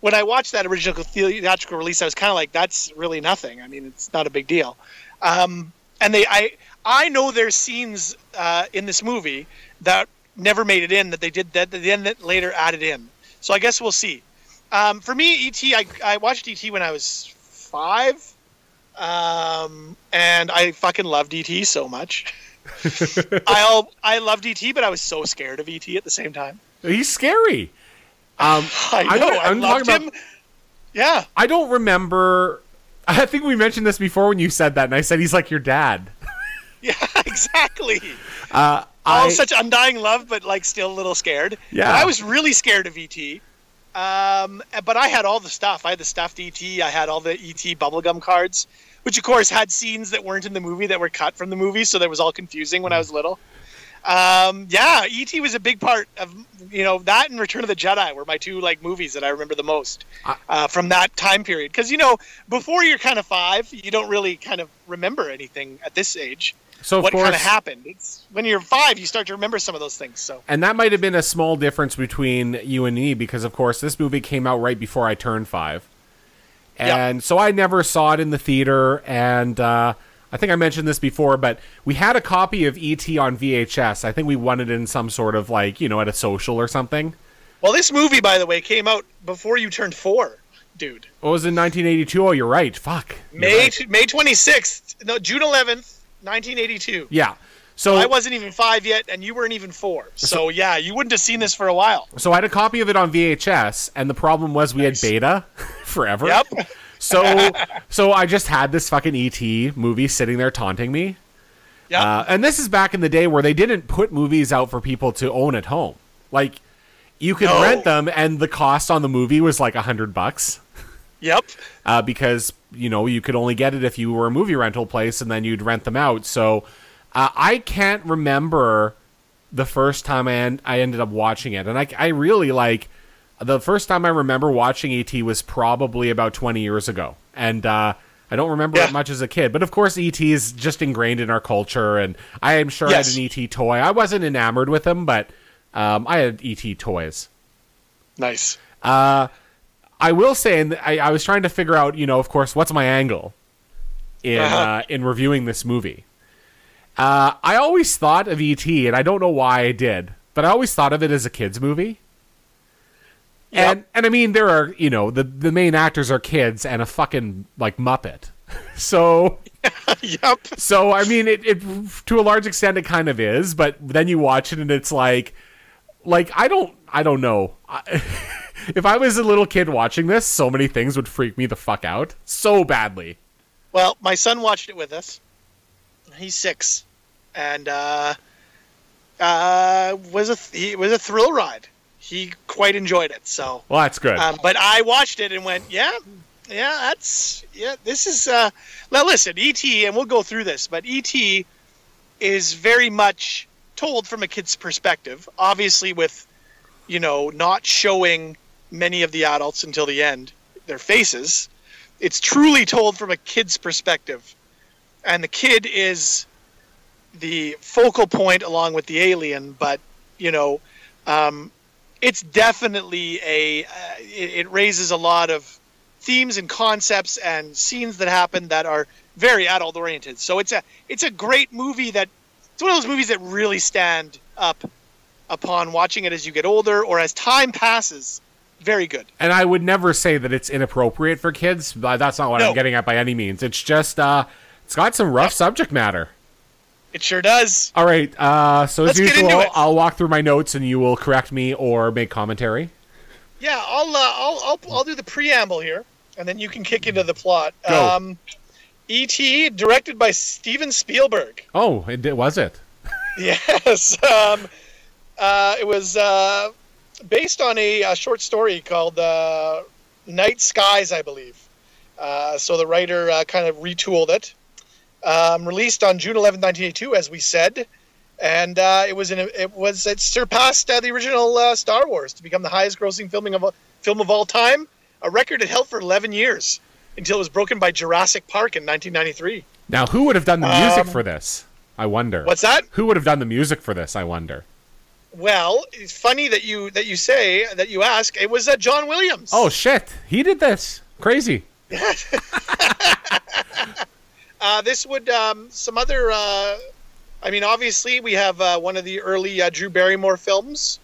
[SPEAKER 5] when I watched that original theatrical release, I was kind of like, that's really nothing. I mean, it's not a big deal. Um, and they, I, I know there's scenes uh, in this movie that never made it in that they did that that then that later added in. So I guess we'll see. Um, for me, ET, I, I watched ET when I was five, um, and I fucking loved ET so much. [LAUGHS] I all, I loved ET, but I was so scared of ET at the same time.
[SPEAKER 4] He's scary.
[SPEAKER 5] I
[SPEAKER 4] I'm
[SPEAKER 5] know.
[SPEAKER 4] gonna-
[SPEAKER 5] i
[SPEAKER 4] I'm
[SPEAKER 5] loved
[SPEAKER 4] talking
[SPEAKER 5] him.
[SPEAKER 4] about-
[SPEAKER 5] Yeah.
[SPEAKER 4] I don't remember. [LAUGHS] I think we mentioned this before when you said that, and I said he's like your dad.
[SPEAKER 5] [LAUGHS] Yeah. Exactly. All
[SPEAKER 4] Uh, I,
[SPEAKER 5] such undying love, but like still a little scared.
[SPEAKER 4] Yeah.
[SPEAKER 5] But I was really scared of ET. Um, but I had all the stuff. I had the stuffed ET. I had all the ET bubblegum cards, which of course had scenes that weren't in the movie that were cut from the movie, so that was all confusing when I was little. Um, yeah, ET was a big part of you know that and Return of the Jedi were my two like movies that I remember the most uh, from that time period. Because you know before you're kind of five, you don't really kind of remember anything at this age.
[SPEAKER 4] So, of
[SPEAKER 5] what kind of
[SPEAKER 4] course-
[SPEAKER 5] happened? It's when you're five, you start to remember some of those things. So
[SPEAKER 4] and that might have been a small difference between you and me because, of course, this movie came out right before I turned five,
[SPEAKER 5] Yeah.
[SPEAKER 4] and so I never saw it in the theater. And uh, I think I mentioned this before, but we had a copy of ET on VHS. I think we won it in some sort of like you know at a social or something.
[SPEAKER 5] well, this movie, by the way, came out before you turned four, dude.
[SPEAKER 4] It was in 1982. Oh, you're right. Fuck. You're
[SPEAKER 5] May
[SPEAKER 4] right.
[SPEAKER 5] May twenty sixth, no June eleventh, nineteen eighty two.
[SPEAKER 4] Yeah. So
[SPEAKER 5] I wasn't even five yet, and you weren't even four.
[SPEAKER 4] [LAUGHS]
[SPEAKER 5] So yeah, you wouldn't have seen this for a while.
[SPEAKER 4] So I had a copy of it on VHS, and the problem was we had beta [LAUGHS] forever.
[SPEAKER 5] Yep.
[SPEAKER 4] So so I just had this fucking ET movie sitting there taunting me.
[SPEAKER 5] Yeah.
[SPEAKER 4] Uh, and this is back in the day where they didn't put movies out for people to own at home. Like you could
[SPEAKER 5] No.
[SPEAKER 4] rent them, and the cost on the movie was like a hundred bucks
[SPEAKER 5] yep.
[SPEAKER 4] uh, because you know you could only get it if you were a movie rental place, and then you'd rent them out. So uh, I can't remember the first time I, en- I ended up watching it, and I, I really like the first time I remember watching ET was probably about twenty years ago, and uh, I don't remember
[SPEAKER 5] Yeah.
[SPEAKER 4] it much as a kid. But of course, ET is just ingrained in our culture, and I am sure
[SPEAKER 5] Yes.
[SPEAKER 4] I had an ET toy. I wasn't enamored with them, but um, I had ET toys.
[SPEAKER 5] Nice.
[SPEAKER 4] I will say, and I, I was trying to figure out, you know, of course, what's my angle in
[SPEAKER 5] Uh-huh.
[SPEAKER 4] uh, in reviewing this movie. Uh, I always thought of ET, and I don't know why I did, but I always thought of it as a kids movie. And and I mean, there are you know the the main actors are kids and a fucking like Muppet, [LAUGHS] so
[SPEAKER 5] yep.
[SPEAKER 4] so I mean, it, it to a large extent it kind of is, but then you watch it and it's like, like I don't, I don't know. I, [LAUGHS] if I was a little kid watching this, so many things would freak me the fuck out so badly.
[SPEAKER 5] Well, my son watched it with us. He's six, and uh, uh, was a th- he was a thrill ride. He quite enjoyed it. So,
[SPEAKER 4] Well, that's good.
[SPEAKER 5] um, but I watched it and went, yeah, yeah, that's yeah. This is uh, now listen, ET, and we'll go through this, but ET is very much told from a kid's perspective. Obviously, with you know not showing many of the adults until the end their faces it's truly told from a kid's perspective and the kid is the focal point along with the alien but you know um, it's definitely a uh, it, it raises a lot of themes and concepts and scenes that happen that are very adult oriented so it's a it's a great movie that it's one of those movies that really stand up upon watching it as you get older or as time passes Very good.
[SPEAKER 4] and I would never say that it's inappropriate for kids. but That's not what
[SPEAKER 5] No.
[SPEAKER 4] I'm getting at by any means. It's just uh, it's got some rough subject matter.
[SPEAKER 5] It sure does.
[SPEAKER 4] All right. Uh, so
[SPEAKER 5] Let's
[SPEAKER 4] as
[SPEAKER 5] get into
[SPEAKER 4] usual,
[SPEAKER 5] it.
[SPEAKER 4] I'll walk through my notes and you will correct me or make commentary.
[SPEAKER 5] Yeah, I'll, uh, I'll I'll I'll do the preamble here, and then you can kick into the plot.
[SPEAKER 4] Go.
[SPEAKER 5] Um, E.T. directed by Steven Spielberg.
[SPEAKER 4] Oh, it did, was it?
[SPEAKER 5] Yes. [LAUGHS] Um, uh, it was uh, based on a, a short story called uh, Night Skies, I believe. Uh, so the writer uh, kind of retooled it. Um, released on June 11, 1982, as we said, and uh, it was in a, it was it surpassed uh, the original uh, Star Wars to become the highest-grossing filming of all- film of all time, a record it held for 11 years until it was broken by Jurassic Park in 1993.
[SPEAKER 4] Now, who would have done the
[SPEAKER 5] Um,
[SPEAKER 4] music for this? I wonder.
[SPEAKER 5] What's that?
[SPEAKER 4] Who would have done the music for this? I wonder.
[SPEAKER 5] Well, it's funny that you that you say that you ask. It was uh, John Williams.
[SPEAKER 4] Oh shit! He did this. Crazy.
[SPEAKER 5] uh, this would um, some other. Uh, I mean, obviously we have uh, one of the early uh, Drew Barrymore films,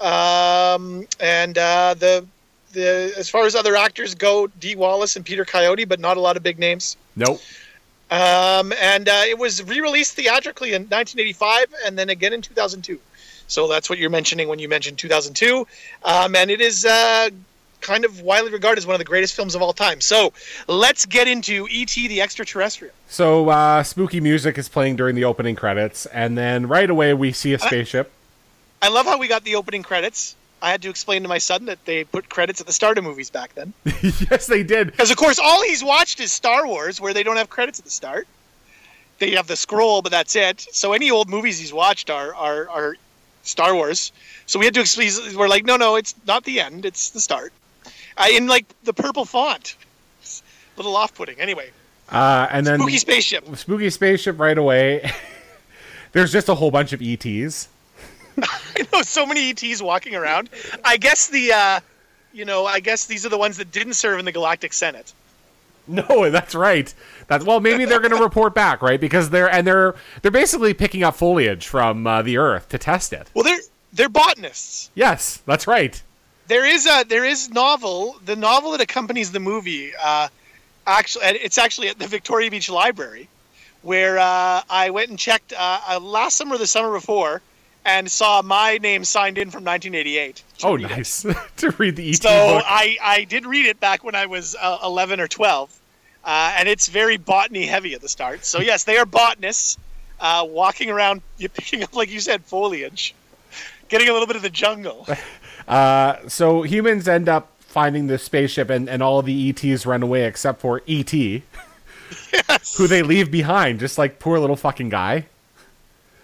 [SPEAKER 5] um, and uh, the the as far as other actors go, Dee Wallace and Peter Coyote, but not a lot of big names.
[SPEAKER 4] Nope.
[SPEAKER 5] Um, and uh, it was re-released theatrically in 1985, and then again in 2002. So that's what you're mentioning when you mentioned 2002. Um, and it is uh, kind of widely regarded as one of the greatest films of all time. So let's get into E.T. the Extraterrestrial.
[SPEAKER 4] So uh, spooky music is playing during the opening credits, and then right away we see a spaceship. [LAUGHS]
[SPEAKER 5] I love how we got the opening credits. I had to explain to my son that they put credits at the start of movies back then.
[SPEAKER 4] yes, they did.
[SPEAKER 5] Because, of course, all he's watched is Star Wars, where they don't have credits at the start. They have the scroll, but that's it. So any old movies he's watched are are, are Star Wars. So we had to explain. We're like, no, no, it's not the end. It's the start. Uh, in like the purple font. It's a little off-putting. Anyway,
[SPEAKER 4] Uh, and then
[SPEAKER 5] spooky spaceship.
[SPEAKER 4] spooky spaceship right away. [LAUGHS] There's just a whole bunch of E ETs.
[SPEAKER 5] I know so many ETs walking around. I guess the, uh, you know, I guess these are the ones that didn't serve in the Galactic Senate.
[SPEAKER 4] No, [LAUGHS] that's right. That's well, maybe they're going to report back, right? Because they're and they're they're basically picking up foliage from uh, the earth to test it.
[SPEAKER 5] Well, they're they're botanists.
[SPEAKER 4] Yes, that's right.
[SPEAKER 5] There is a there is novel the novel that accompanies the movie. Uh, actually, and it's actually at the Victoria Beach Library, where uh, I went and checked uh, uh, last summer, or the summer before, and saw my name signed in from 1988.
[SPEAKER 4] Oh, nice [LAUGHS] to read the ET
[SPEAKER 5] So
[SPEAKER 4] book.
[SPEAKER 5] I I did read it back when I was uh, 11 or 12, uh, and it's very botany heavy at the start. So yes, they are botanists uh, walking around, [LAUGHS] you picking up like you said foliage, getting a little bit of the jungle.
[SPEAKER 4] so humans end up finding this spaceship and, and all the ETs run away except for ET. Who they leave behind, just like poor little fucking guy.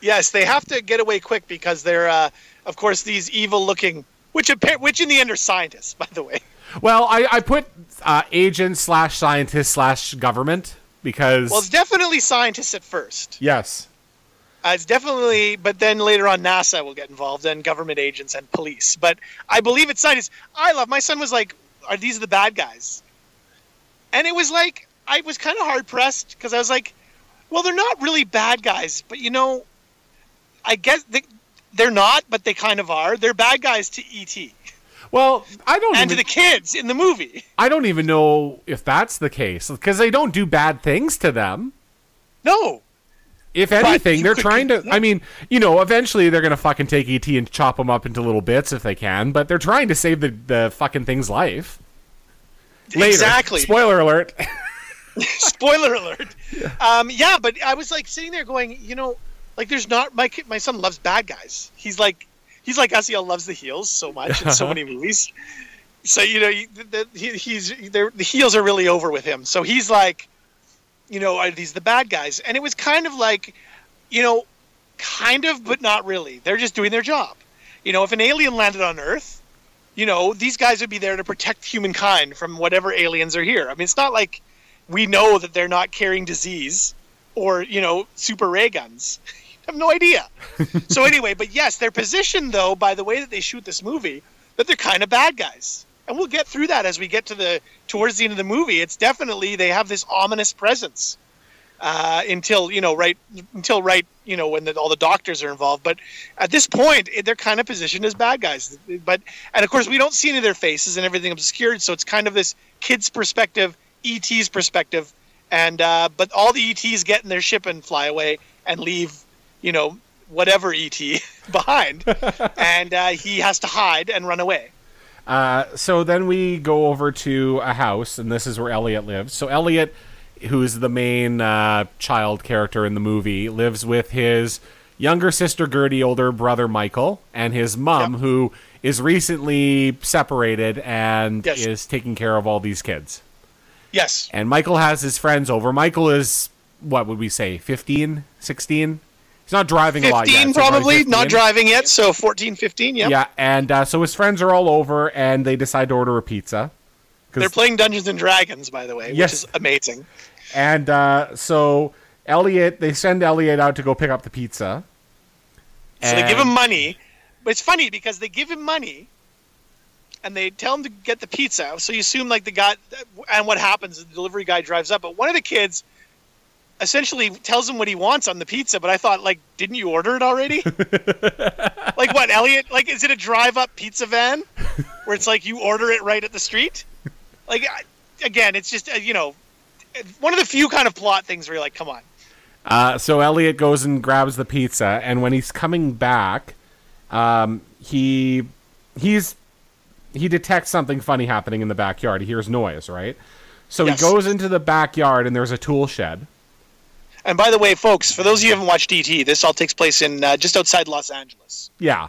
[SPEAKER 5] Yes, they have to get away quick because they're, uh, of course, these evil-looking, which appear, which in the end are scientists, by the way.
[SPEAKER 4] Well, I, I put uh, agent slash scientist slash government because
[SPEAKER 5] Well, it's definitely scientists at first.
[SPEAKER 4] yes,
[SPEAKER 5] Uh, it's definitely, but then later on, NASA will get involved and government agents and police. But I believe it's scientists. I love. My son was like, "Are these the bad guys?" And it was like I was kind of hard pressed because I was like, "Well, they're not really bad guys, but you know, I guess they, they're not, but they kind of are. They're bad guys to E ET."
[SPEAKER 4] well, I don't
[SPEAKER 5] and to
[SPEAKER 4] even,
[SPEAKER 5] the kids in the movie.
[SPEAKER 4] I don't even know if that's the case because they don't do bad things to them.
[SPEAKER 5] No.
[SPEAKER 4] If anything,
[SPEAKER 5] you
[SPEAKER 4] they're
[SPEAKER 5] could
[SPEAKER 4] trying to. I mean, you know, eventually they're gonna fucking take ET and chop him up into little bits if they can. But they're trying to save the the fucking thing's life. Later.
[SPEAKER 5] Exactly.
[SPEAKER 4] Spoiler alert. [LAUGHS]
[SPEAKER 5] [LAUGHS] Spoiler alert. Um, yeah, but I was like sitting there going, you know, like there's not my kid, my son loves bad guys. He's like he's like Asiel loves the heels so much in so many movies. So you know, you- the, the, he, he's they're- the heels are really over with him. So he's like, you know, are these the bad guys? And it was kind of like, you know, kind of but not really. They're just doing their job. You know, if an alien landed on Earth, you know, these guys would be there to protect humankind from whatever aliens are here. I mean, it's not like we know that they're not carrying disease or, you know, super ray guns. [LAUGHS] I have no idea. so, anyway, but yes, their position, though, by the way that they shoot this movie, that they're kind of bad guys. And we'll get through that as we get to the towards the end of the movie. It's definitely they have this ominous presence uh, until you know right until right you know when the, all the doctors are involved. But at this point, it- they're kind of positioned as bad guys. But and of course, we don't see any of their faces and everything obscured, so it's kind of this kid's perspective, ET's perspective, and uh, but all the ETs get in their ship and fly away and leave, you know, whatever ET [LAUGHS]
[SPEAKER 4] [LAUGHS]
[SPEAKER 5] behind, and uh, he has to hide and run away.
[SPEAKER 4] so then we go over to a house, and this is where Elliot lives. So Elliot, who's the main uh, child character in the movie, lives with his younger sister Gertie, older brother Michael, and his mom,
[SPEAKER 5] Yep.
[SPEAKER 4] who is recently separated and
[SPEAKER 5] Yes.
[SPEAKER 4] is taking care of all these kids.
[SPEAKER 5] Yes,
[SPEAKER 4] And Michael has his friends over. Michael is what would we say, 15, 16? He's not driving a lot yet.
[SPEAKER 5] 15
[SPEAKER 4] so probably
[SPEAKER 5] probably, not
[SPEAKER 4] 15.
[SPEAKER 5] driving yet, so 14, 15, yeah.
[SPEAKER 4] Yeah, and uh, so his friends are all over, and they decide to order a pizza. 'Cause-
[SPEAKER 5] They're playing Dungeons and Dragons, by the way,
[SPEAKER 4] Yes.
[SPEAKER 5] which is amazing.
[SPEAKER 4] And uh, so Elliot, they send Elliot out to go pick up the pizza.
[SPEAKER 5] So they give
[SPEAKER 4] And-
[SPEAKER 5] him money. But it's funny because they give him money and they tell him to get the pizza. So you assume like the guy and what happens is the delivery guy drives up, but one of the kids essentially tells him what he wants on the pizza, but I thought like didn't you order it already? like what, Elliot? Like is it a drive up pizza van where it's like you order it right at the street? Like I- again, it's just uh, you know one of the few kind of plot things where you're like, come on.
[SPEAKER 4] Uh, so Elliot goes and grabs the pizza, and when he's coming back, um, he he's he detects something funny happening in the backyard. He hears noise, right? So
[SPEAKER 5] Yes.
[SPEAKER 4] he goes into the backyard, and there's a tool shed.
[SPEAKER 5] And by the way, folks, for those of you who haven't watched DT, this all takes place in uh, just outside Los Angeles.
[SPEAKER 4] Yeah.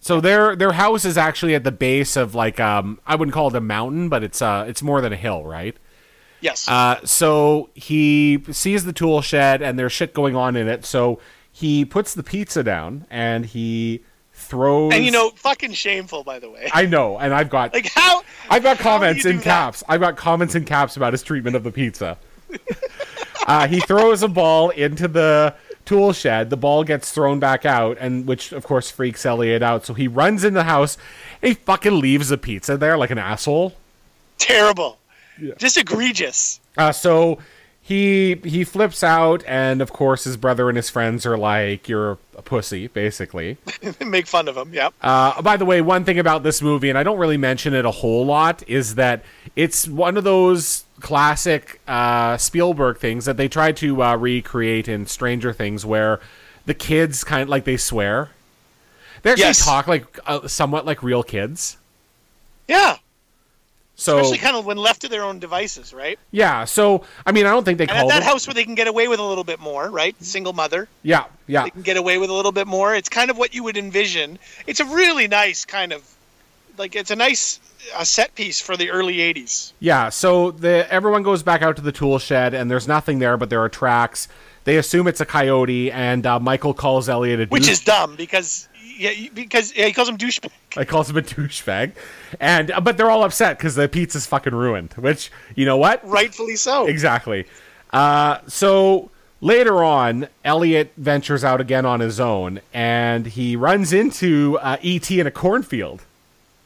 [SPEAKER 4] So their their house is actually at the base of like um I wouldn't call it a mountain, but it's uh it's more than a hill, right?
[SPEAKER 5] Yes.
[SPEAKER 4] Uh, so he sees the tool shed and there's shit going on in it. So he puts the pizza down and he throws.
[SPEAKER 5] and you know, fucking shameful, by the way. [LAUGHS]
[SPEAKER 4] I know, and I've got
[SPEAKER 5] like how?
[SPEAKER 4] I've got
[SPEAKER 5] how do you
[SPEAKER 4] comments
[SPEAKER 5] do
[SPEAKER 4] in
[SPEAKER 5] that?
[SPEAKER 4] caps. I've got comments in caps about his treatment of the pizza. [LAUGHS] uh, he throws a ball into the tool shed. The ball gets thrown back out, and which of course freaks Elliot out. So he runs in the house. And he fucking leaves the pizza there like an asshole.
[SPEAKER 5] Terrible. Just egregious. [LAUGHS]
[SPEAKER 4] Uh, so he he flips out, and of course his brother and his friends are like, "You're a pussy," basically.
[SPEAKER 5] Make fun of him. Yeah.
[SPEAKER 4] Uh, by the way, one thing about this movie, and I don't really mention it a whole lot, is that it's one of those classic uh, Spielberg things that they try to uh, recreate in Stranger Things, where the kids kind of like they swear. They actually
[SPEAKER 5] Yes.
[SPEAKER 4] talk like uh, somewhat like real kids.
[SPEAKER 5] yeah.
[SPEAKER 4] So
[SPEAKER 5] Especially kind of when left to their own devices, right?
[SPEAKER 4] yeah, so I mean, I don't think they
[SPEAKER 5] And at
[SPEAKER 4] call
[SPEAKER 5] that
[SPEAKER 4] them.
[SPEAKER 5] house where they can get away with a little bit more, right? Single mother.
[SPEAKER 4] yeah, yeah.
[SPEAKER 5] can get away with a little bit more. It's kind of what you would envision. It's a really nice kind of like it's a nice uh, set piece for the early 80s.
[SPEAKER 4] Yeah, so the everyone goes back out to the tool shed, and there's nothing there, but there are tracks. They assume it's a coyote, and uh, Michael calls Elliot a douche.
[SPEAKER 5] Which is dumb because yeah, because yeah, he calls him douchebag.
[SPEAKER 4] [LAUGHS] I calls him a douchebag, and uh, but they're all upset because the pizza's fucking ruined. Which you know what?
[SPEAKER 5] Rightfully so.
[SPEAKER 4] Exactly. Uh, so later on, Elliot ventures out again on his own, and he runs into uh, ET in a cornfield.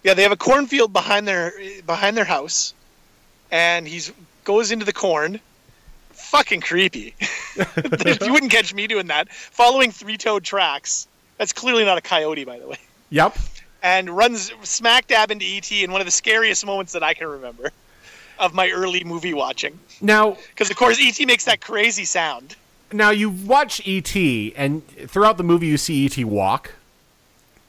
[SPEAKER 5] Yeah, they have a cornfield behind their behind their house, and he's goes into the corn. Fucking creepy. [LAUGHS] you wouldn't catch me doing that. Following three-toed tracks. That's clearly not a coyote, by the way.
[SPEAKER 4] Yep.
[SPEAKER 5] and runs smack dab into ET in one of the scariest moments that I can remember of my early movie watching.
[SPEAKER 4] Now
[SPEAKER 5] Because of course ET makes that crazy sound.
[SPEAKER 4] now you watch ET, and throughout the movie you see ET walk,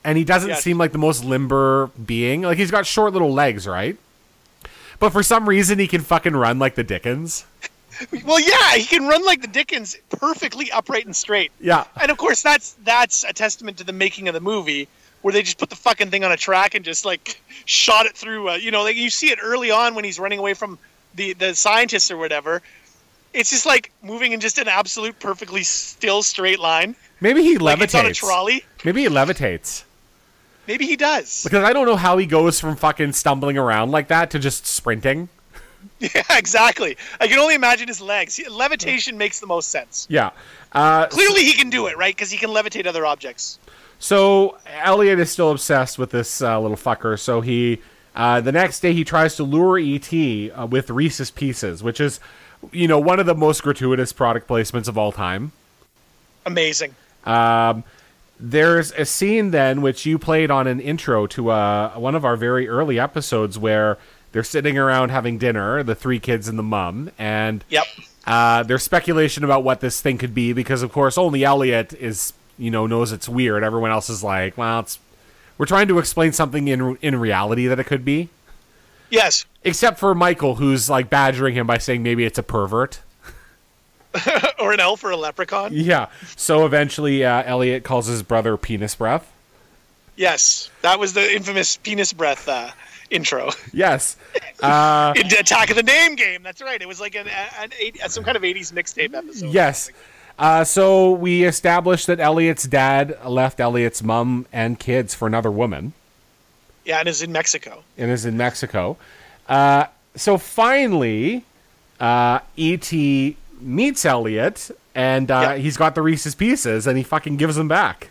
[SPEAKER 4] and he doesn't
[SPEAKER 5] Yes.
[SPEAKER 4] seem like the most limber being. Like he's got short little legs, right? But for some reason he can fucking run like the Dickens.
[SPEAKER 5] Well, yeah, he can run like the Dickens, perfectly upright and straight.
[SPEAKER 4] Yeah.
[SPEAKER 5] And of course that's that's a testament to the making of the movie. Where they just put the fucking thing on a track and just like shot it through. Uh, you know, like you see it early on when he's running away from the the scientists or whatever. It's just like moving in just an absolute perfectly still straight line.
[SPEAKER 4] Maybe he levitates.
[SPEAKER 5] Like it's on a trolley.
[SPEAKER 4] Maybe he levitates.
[SPEAKER 5] Maybe he does. [LAUGHS]
[SPEAKER 4] Because I don't know how he goes from fucking stumbling around like that to just sprinting.
[SPEAKER 5] Yeah, exactly. I can only imagine his legs. He- Levitation makes the most sense.
[SPEAKER 4] Yeah.
[SPEAKER 5] Clearly, he can do it, right? Because he can levitate other objects.
[SPEAKER 4] So Elliot is still obsessed with this uh, little fucker. So E he, uh, the next day, he tries to lure ET uh, with Reese's Pieces, which is you know, one of the most gratuitous product placements of all time.
[SPEAKER 5] Amazing.
[SPEAKER 4] There's a scene then which you played on an intro to uh, one of our very early episodes where they're sitting around having dinner, the three kids and the mum, and
[SPEAKER 5] Yep.
[SPEAKER 4] uh, there's speculation about what this thing could be because, of course, only Elliot is you know knows it's weird. Everyone else is like, well, it's we're trying to explain something in in reality that it could be,
[SPEAKER 5] Yes.
[SPEAKER 4] except for Michael, who's like badgering him by saying maybe it's a pervert.
[SPEAKER 5] Or an elf or a leprechaun.
[SPEAKER 4] Yeah. So eventually, uh, Elliot calls his brother penis breath.
[SPEAKER 5] Yes. That was the infamous penis breath uh, intro.
[SPEAKER 4] Yes.
[SPEAKER 5] In Attack of the Name Game. That's right. It was like an, an, an some kind of 80s mixtape episode.
[SPEAKER 4] Yes. Uh, so we established that Elliot's dad left Elliot's mom and kids for another woman
[SPEAKER 5] Yeah, and it was in Mexico.
[SPEAKER 4] and is in Mexico. Uh, so finally, uh, E.T. meets Elliot and uh,
[SPEAKER 5] Yeah.
[SPEAKER 4] he's got the Reese's Pieces and he fucking gives them back.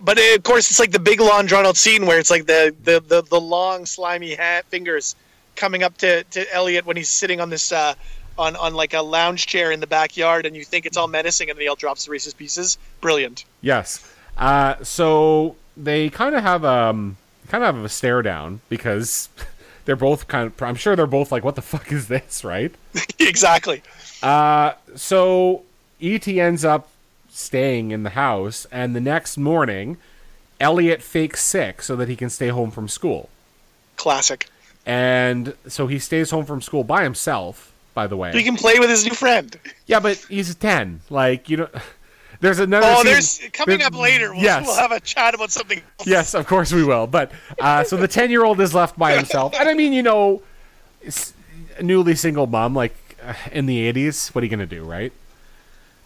[SPEAKER 5] But uh, of course, it's like the big, long, drawn out scene where it's like the the, the, the long, slimy ha fingers coming up to, to Elliot when he's sitting on this uh, on on like a lounge chair in the backyard, and you think it's all menacing, and then he all drops the Reese's pieces. Brilliant. [LAUGHS]
[SPEAKER 4] Yes. Uh, so they kind of have um kind of have a stare down because [LAUGHS] they're both kind of I'm sure they're both like what the fuck is this, [LAUGHS] right?
[SPEAKER 5] exactly.
[SPEAKER 4] So ET ends up staying in the house and the next morning Elliot fakes sick so that he can stay home from school.
[SPEAKER 5] Classic.
[SPEAKER 4] And so he stays home from school by himself, by the way.
[SPEAKER 5] He can play with his new friend.
[SPEAKER 4] yeah, but he's 10. Like, you know [LAUGHS] there's another
[SPEAKER 5] Oh,
[SPEAKER 4] scene-
[SPEAKER 5] there's coming
[SPEAKER 4] there-
[SPEAKER 5] up later. We'll,
[SPEAKER 4] yes.
[SPEAKER 5] we'll have a chat about something. Else.
[SPEAKER 4] Yes, of course we will. But uh, so the ten year old is left by himself, and I mean, you know, s- newly single mom, like uh, in the eighties, what are you gonna do, right?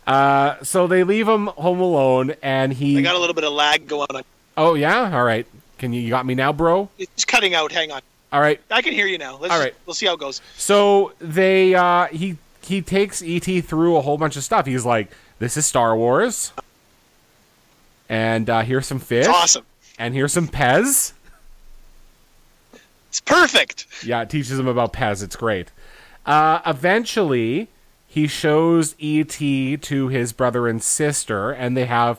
[SPEAKER 4] Uh, so they leave him home alone, and he.
[SPEAKER 5] I got a little bit of lag going on.
[SPEAKER 4] oh yeah, all right. Can you, you got me now, bro?
[SPEAKER 5] It's cutting out. Hang on.
[SPEAKER 4] All right.
[SPEAKER 5] I can hear you now. Let's
[SPEAKER 4] All
[SPEAKER 5] just-
[SPEAKER 4] right.
[SPEAKER 5] we'll see how it goes.
[SPEAKER 4] So they uh, he he takes ET through a whole bunch of stuff. He's like, "This is Star Wars," and uh, here's some fish,
[SPEAKER 5] It's awesome.
[SPEAKER 4] and here's some Pez.
[SPEAKER 5] It's perfect.
[SPEAKER 4] Yeah, it teaches him about Pez. It's great. Uh, eventually, he shows E.T. to his brother and sister, and they have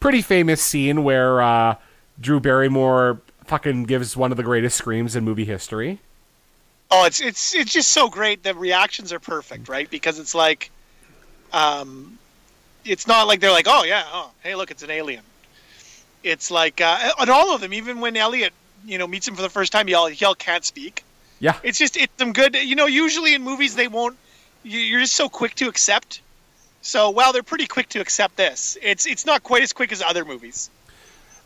[SPEAKER 4] pretty famous scene where uh, Drew Barrymore fucking gives one of the greatest screams in movie history.
[SPEAKER 5] Oh, it's it's it's just so great. The reactions are perfect, right? Because it's like, um, it's not like they're like, oh yeah, oh hey look, it's an alien. It's like, uh, and all of them, even when Elliot, you know, meets him for the first time, he all he all can't speak.
[SPEAKER 4] Yeah,
[SPEAKER 5] It's just it's some good. You know, usually in movies they won't. you- You're just so quick to accept. So wow, they're pretty quick to accept this. It's it's not quite as quick as other movies.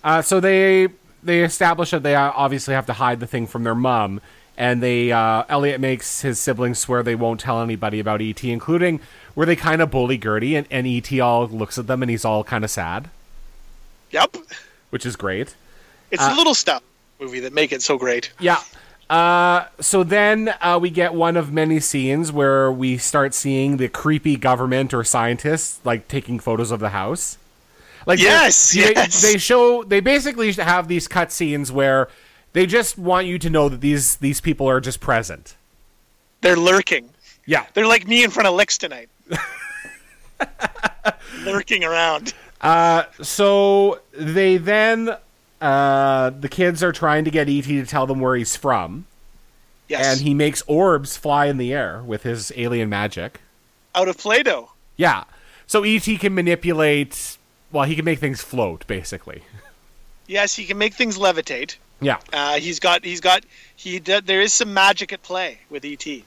[SPEAKER 4] Uh, so they they establish that they uh, obviously have to hide the thing from their mom, and they uh, Elliot makes his siblings swear they won't tell anybody about ET, including where they kind of bully Gertie, and, and ET all looks at them, and he's all kind of sad,
[SPEAKER 5] Yep,
[SPEAKER 4] which is great.
[SPEAKER 5] it's
[SPEAKER 4] Uh,
[SPEAKER 5] the little stuff movie that make it so great.
[SPEAKER 4] Yeah. Uh, so then uh, we get one of many scenes where we start seeing the creepy government or scientists like taking photos of the house. Like they-
[SPEAKER 5] Yes,
[SPEAKER 4] they,
[SPEAKER 5] yes.
[SPEAKER 4] They show they basically have these cut scenes where they just want you to know that these these people are just present.
[SPEAKER 5] They're lurking.
[SPEAKER 4] Yeah.
[SPEAKER 5] They're like me in front of Licks
[SPEAKER 4] [LAUGHS]
[SPEAKER 5] tonight. Lurking around.
[SPEAKER 4] Uh, So they then uh, the kids are trying to get ET to tell them where he's from,
[SPEAKER 5] Yes.
[SPEAKER 4] and he makes orbs fly in the air with his alien magic.
[SPEAKER 5] Out of Play Doh.
[SPEAKER 4] Yeah. So ET can manipulate. Well, he can make things float, basically.
[SPEAKER 5] Yes, he can make things levitate.
[SPEAKER 4] Yeah.
[SPEAKER 5] Uh, he's got, he's got, he d- there is some magic at play with E E.T.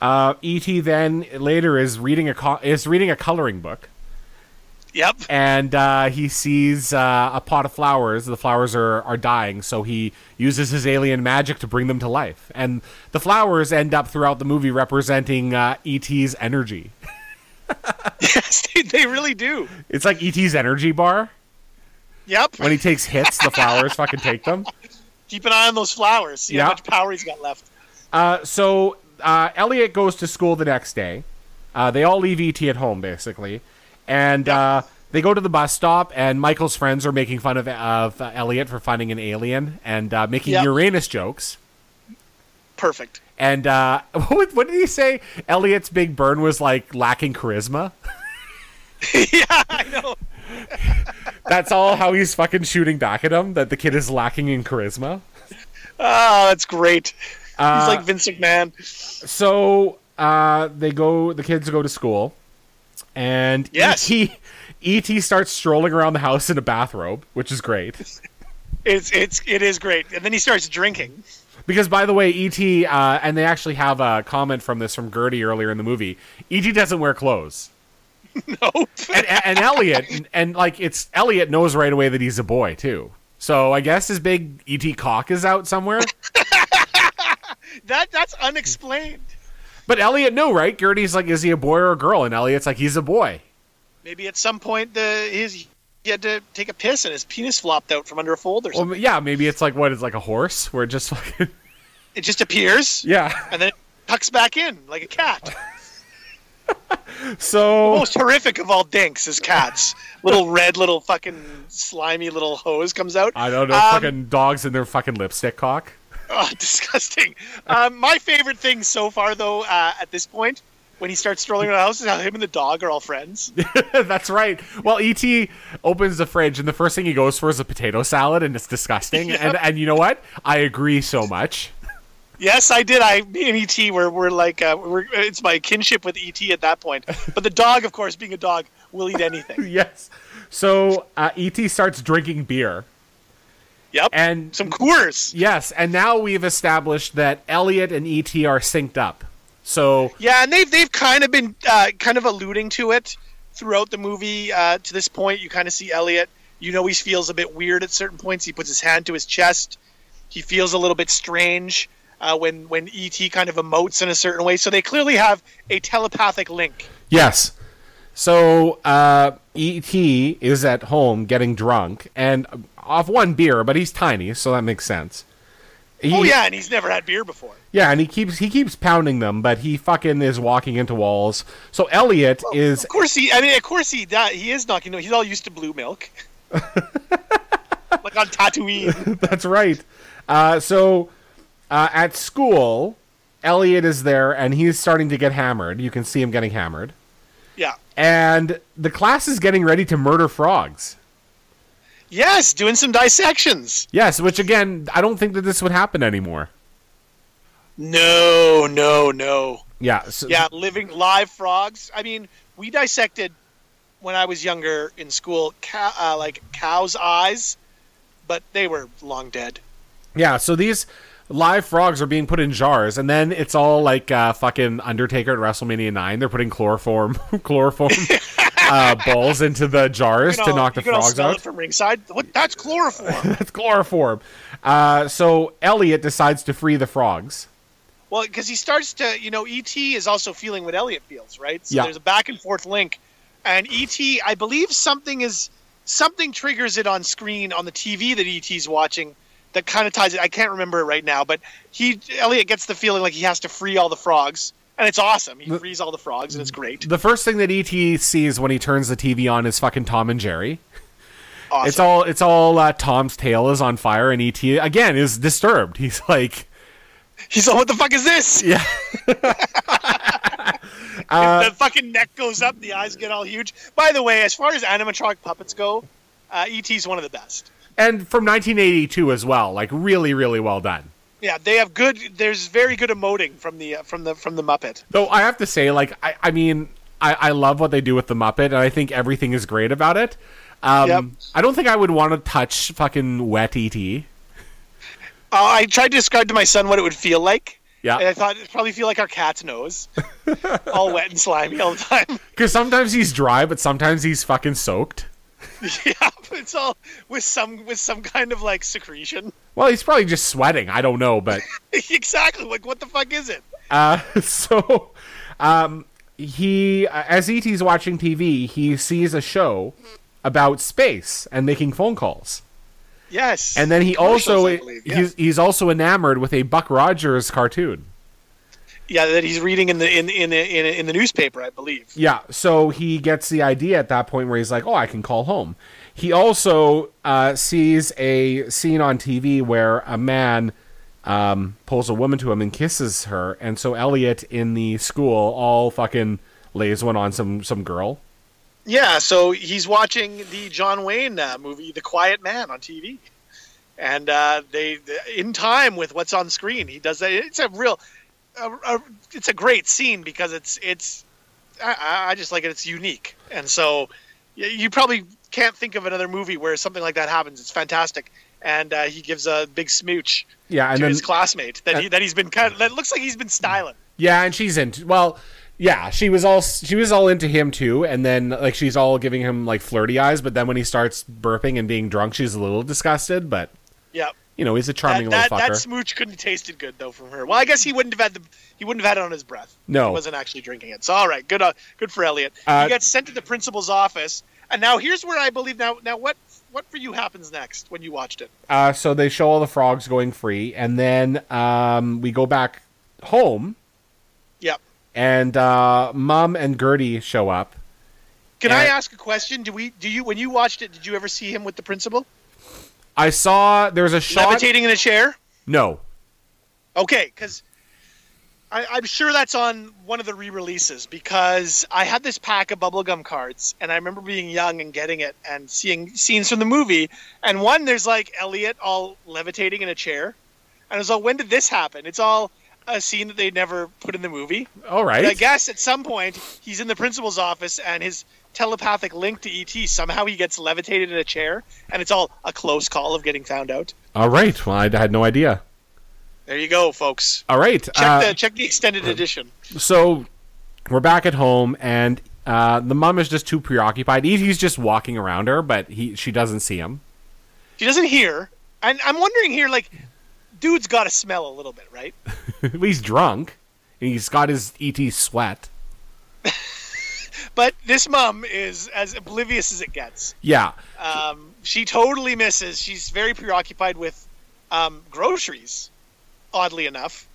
[SPEAKER 4] Uh, ET then later is reading a co- is reading a coloring book,
[SPEAKER 5] Yep.
[SPEAKER 4] and uh, he sees uh, a pot of flowers. The flowers are are dying, so he uses his alien magic to bring them to life. And the flowers end up throughout the movie representing uh, ET's energy.
[SPEAKER 5] [LAUGHS] Yes, they, they really do.
[SPEAKER 4] It's like ET's energy bar.
[SPEAKER 5] Yep.
[SPEAKER 4] When he takes hits, the flowers fucking take them.
[SPEAKER 5] Keep an eye on those flowers. See
[SPEAKER 4] Yeah.
[SPEAKER 5] how much power he's got left.
[SPEAKER 4] Uh, so uh, Elliot goes to school the next day. Uh, they all leave ET at home basically, and uh, they go to the bus stop. And Michael's friends are making fun of, of uh, Elliot for finding an alien and uh, making
[SPEAKER 5] Yep.
[SPEAKER 4] Uranus jokes.
[SPEAKER 5] Perfect.
[SPEAKER 4] And uh, [LAUGHS] what, would- what did he say? Elliot's big burn was like lacking charisma. [LAUGHS]
[SPEAKER 5] yeah, I know.
[SPEAKER 4] That's all how he's fucking shooting back at him. That the kid is lacking in charisma.
[SPEAKER 5] Oh, that's great. He's
[SPEAKER 4] Uh,
[SPEAKER 5] like Vince McMahon.
[SPEAKER 4] So uh, they go. The kids go to school, and E [LAUGHS]
[SPEAKER 5] Yes.
[SPEAKER 4] ET ET starts strolling around the house in a bathrobe, which is great.
[SPEAKER 5] It's it's it is great. And then he starts drinking.
[SPEAKER 4] Because by the way, ET uh, and they actually have a comment from this from Gertie earlier in the movie. ET doesn't wear clothes.
[SPEAKER 5] Oh,
[SPEAKER 4] and, and Elliot, and, like it's Elliot knows right away that he's a boy too. So I guess his big ET cock is out somewhere.
[SPEAKER 5] that that's unexplained.
[SPEAKER 4] But Elliot knew, right? Gertie's like, is he a boy or a girl? And Elliot's like, he's a boy.
[SPEAKER 5] Maybe at some point the his he had to take a piss and his penis flopped out from under a fold or something.
[SPEAKER 4] Well, yeah, maybe it's like what? It's like a horse where it just [LAUGHS] fucking
[SPEAKER 5] it just appears
[SPEAKER 4] yeah.
[SPEAKER 5] and then it tucks back in like a cat.
[SPEAKER 4] So
[SPEAKER 5] Most horrific of all dinks is cats. little red, little fucking slimy little hose comes out.
[SPEAKER 4] I don't know,
[SPEAKER 5] Um,
[SPEAKER 4] fucking dogs in their fucking lipstick cock. [LAUGHS]
[SPEAKER 5] Oh, [LAUGHS] disgusting. Um, my favorite thing so far, though, uh, at this point, when he starts strolling around the house, is how him and the dog are all friends.
[SPEAKER 4] That's right. Well, ET opens the fridge and the first thing he goes for is a potato salad, and it's disgusting. And and you know what? I agree so much.
[SPEAKER 5] yes, I did. I me and ET were were like uh, we're, it's my kinship with ET at that point. But the dog, of course, being a dog, will
[SPEAKER 4] [LAUGHS]
[SPEAKER 5] eat anything.
[SPEAKER 4] [LAUGHS] Yes. So uh, ET starts drinking beer.
[SPEAKER 5] Yep.
[SPEAKER 4] And-
[SPEAKER 5] some Coors.
[SPEAKER 4] Yes, and now we've established that Elliot and ET are synced up. So
[SPEAKER 5] Yeah, and they've they've kind of been uh, kind of alluding to it throughout the movie. Uh, to this point, you kind of see Elliot. You know he feels a bit weird at certain points. He puts his hand to his chest. He feels a little bit strange uh, when when ET kind of emotes in a certain way. So they clearly have a telepathic link.
[SPEAKER 4] yes, so uh, ET is at home getting drunk and uh, off one beer, but he's tiny, so that makes sense. He,
[SPEAKER 5] Oh yeah, and he's never had beer before.
[SPEAKER 4] yeah, and he keeps he keeps pounding them, but he fucking is walking into walls. So Elliot is [LAUGHS]
[SPEAKER 5] Of course he. I mean, of course he. That, he is knocking. He's all used to blue milk. like on Tatooine.
[SPEAKER 4] That's right. Uh, so uh, at school, Elliot is there and he's starting to get hammered. You can see him getting hammered.
[SPEAKER 5] Yeah.
[SPEAKER 4] And the class is getting ready to murder frogs.
[SPEAKER 5] Yes, doing some dissections.
[SPEAKER 4] Yes, which again, I don't think that this would happen anymore.
[SPEAKER 5] No, no, no.
[SPEAKER 4] Yeah. So,
[SPEAKER 5] Yeah, living live frogs. I mean, we dissected when I was younger in school, cow, uh, like cows' eyes, but they were long dead.
[SPEAKER 4] yeah, So these live frogs are being put in jars, and then it's all like uh, fucking Undertaker at WrestleMania Nine. They're putting chloroform, [LAUGHS]
[SPEAKER 5] [LAUGHS]
[SPEAKER 4] chloroform uh, balls into the jars
[SPEAKER 5] You
[SPEAKER 4] to
[SPEAKER 5] know,
[SPEAKER 4] knock the
[SPEAKER 5] you can all
[SPEAKER 4] frogs
[SPEAKER 5] smell
[SPEAKER 4] out. [LAUGHS]
[SPEAKER 5] it from ringside. What? That's chloroform.
[SPEAKER 4] That's chloroform. Uh, so Elliot decides to free the frogs.
[SPEAKER 5] well, because he starts to, you know, ET is also feeling what Elliot feels, right? So
[SPEAKER 4] Yeah.
[SPEAKER 5] there's a back and forth link, and ET, I believe something is something triggers it on screen on the TV that ET's watching. That kind of ties it. I can't remember it right now, but he Elliot gets the feeling like he has to free all the frogs, and it's awesome. He frees all the frogs, and it's great.
[SPEAKER 4] The first thing that ET sees when he turns the TV on is fucking Tom and Jerry.
[SPEAKER 5] Awesome.
[SPEAKER 4] It's all it's all uh, Tom's tail is on fire, and ET again is disturbed. [LAUGHS] He's like,
[SPEAKER 5] He's like, "What the fuck is this?" [LAUGHS]
[SPEAKER 4] Yeah. [LAUGHS] Uh,
[SPEAKER 5] the fucking neck goes up, the eyes get all huge. By the way, as far as animatronic puppets go, uh, ET's one of the best.
[SPEAKER 4] and from 1982 as well, like really, really well done.
[SPEAKER 5] Yeah, they have good. There's very good emoting from the uh, from the from the Muppet.
[SPEAKER 4] Though I have to say, like, I, I mean, I, I love what they do with the Muppet, and I think everything is great about it. Um,
[SPEAKER 5] Yep.
[SPEAKER 4] I don't think I would want to touch fucking wet E ET.
[SPEAKER 5] Uh, I tried to describe to my son what it would feel like.
[SPEAKER 4] Yeah.
[SPEAKER 5] and I thought it'd probably feel like our cat's
[SPEAKER 4] [LAUGHS]
[SPEAKER 5] nose, all wet and slimy all the time. [LAUGHS]
[SPEAKER 4] Because sometimes he's dry, but sometimes he's fucking soaked.
[SPEAKER 5] yeah, it's all with some with some kind of like secretion. [LAUGHS]
[SPEAKER 4] Well, he's probably just sweating. I don't know, but [LAUGHS]
[SPEAKER 5] exactly. Like, what the fuck is it?
[SPEAKER 4] so um, he uh, as et's watching tv he sees a show about space and making phone calls
[SPEAKER 5] Yes.
[SPEAKER 4] and then he
[SPEAKER 5] Commercials,
[SPEAKER 4] also
[SPEAKER 5] I believe, yeah.
[SPEAKER 4] he's, he's also enamored with a buck rogers cartoon
[SPEAKER 5] Yeah, that he's reading in the in in the, in, in the newspaper, I believe.
[SPEAKER 4] yeah so he gets the idea at that point where he's like oh i can call home he also uh, sees a scene on tv where a man um, pulls a woman to him and kisses her. And so Elliot in the school all fucking lays one on some some girl.
[SPEAKER 5] Yeah, so he's watching the John Wayne uh, movie, The Quiet Man, on TV, and uh, they in time with what's on screen. He does that. It's a real, a, a, it's a great scene because it's it's. I- I, I just like it. It's unique, and so y- you probably can't think of another movie where something like that happens. It's fantastic, and uh, he gives a big smooch
[SPEAKER 4] Yeah, and
[SPEAKER 5] to
[SPEAKER 4] then
[SPEAKER 5] his classmate that he that he's been kind of, that looks like he's been styling.
[SPEAKER 4] Yeah, and she's into well, yeah, she was all she was all into him too, and then like she's all giving him like flirty eyes, but then when he starts burping and being drunk, she's a little disgusted, but
[SPEAKER 5] Yeah.
[SPEAKER 4] you know, he's a charming
[SPEAKER 5] that, that,
[SPEAKER 4] little
[SPEAKER 5] that
[SPEAKER 4] fucker.
[SPEAKER 5] smooch couldn't have tasted good though from her. Well, I guess he wouldn't have had the he wouldn't have had it on his breath.
[SPEAKER 4] No.
[SPEAKER 5] he wasn't actually drinking it. So all right, good uh, good for Elliot.
[SPEAKER 4] Uh,
[SPEAKER 5] he gets sent to the principal's office, and now here's where I believe now now what what for you happens next when you watched it.
[SPEAKER 4] uh, so they show all the frogs going free, and then um, we go back home,
[SPEAKER 5] Yep.
[SPEAKER 4] and uh, Mom and Gertie show up.
[SPEAKER 5] Can
[SPEAKER 4] Yeah.
[SPEAKER 5] I ask a question? Do we do you when you watched it? Did you ever see him with the principal
[SPEAKER 4] I saw there's a shot.
[SPEAKER 5] levitating in a chair?
[SPEAKER 4] No,
[SPEAKER 5] Okay, because I'm sure that's on one of the re-releases because I had this pack of bubblegum cards and I remember being young and getting it and seeing scenes from the movie. And one, there's like Elliot all levitating in a chair. And I was all, when did this happen? It's all a scene that they never put in the movie.
[SPEAKER 4] all right.
[SPEAKER 5] But I guess at some point he's in the principal's office and his telepathic link to ET somehow he gets levitated in a chair and it's all a close call of getting found out.
[SPEAKER 4] All right. Well, I, I had no idea.
[SPEAKER 5] There you go, folks.
[SPEAKER 4] All right.
[SPEAKER 5] Check
[SPEAKER 4] uh,
[SPEAKER 5] the check the extended edition.
[SPEAKER 4] so we're back at home and uh, the mom is just too preoccupied. He's just walking around her, but he she doesn't see him. [LAUGHS]
[SPEAKER 5] She doesn't hear. And I'm wondering here, like, dude's got to smell a little bit, right?
[SPEAKER 4] he's drunk and he's got his ET sweat.
[SPEAKER 5] But this mom is as oblivious as it gets.
[SPEAKER 4] Yeah.
[SPEAKER 5] Um, she totally misses. She's very preoccupied with um, groceries, oddly enough.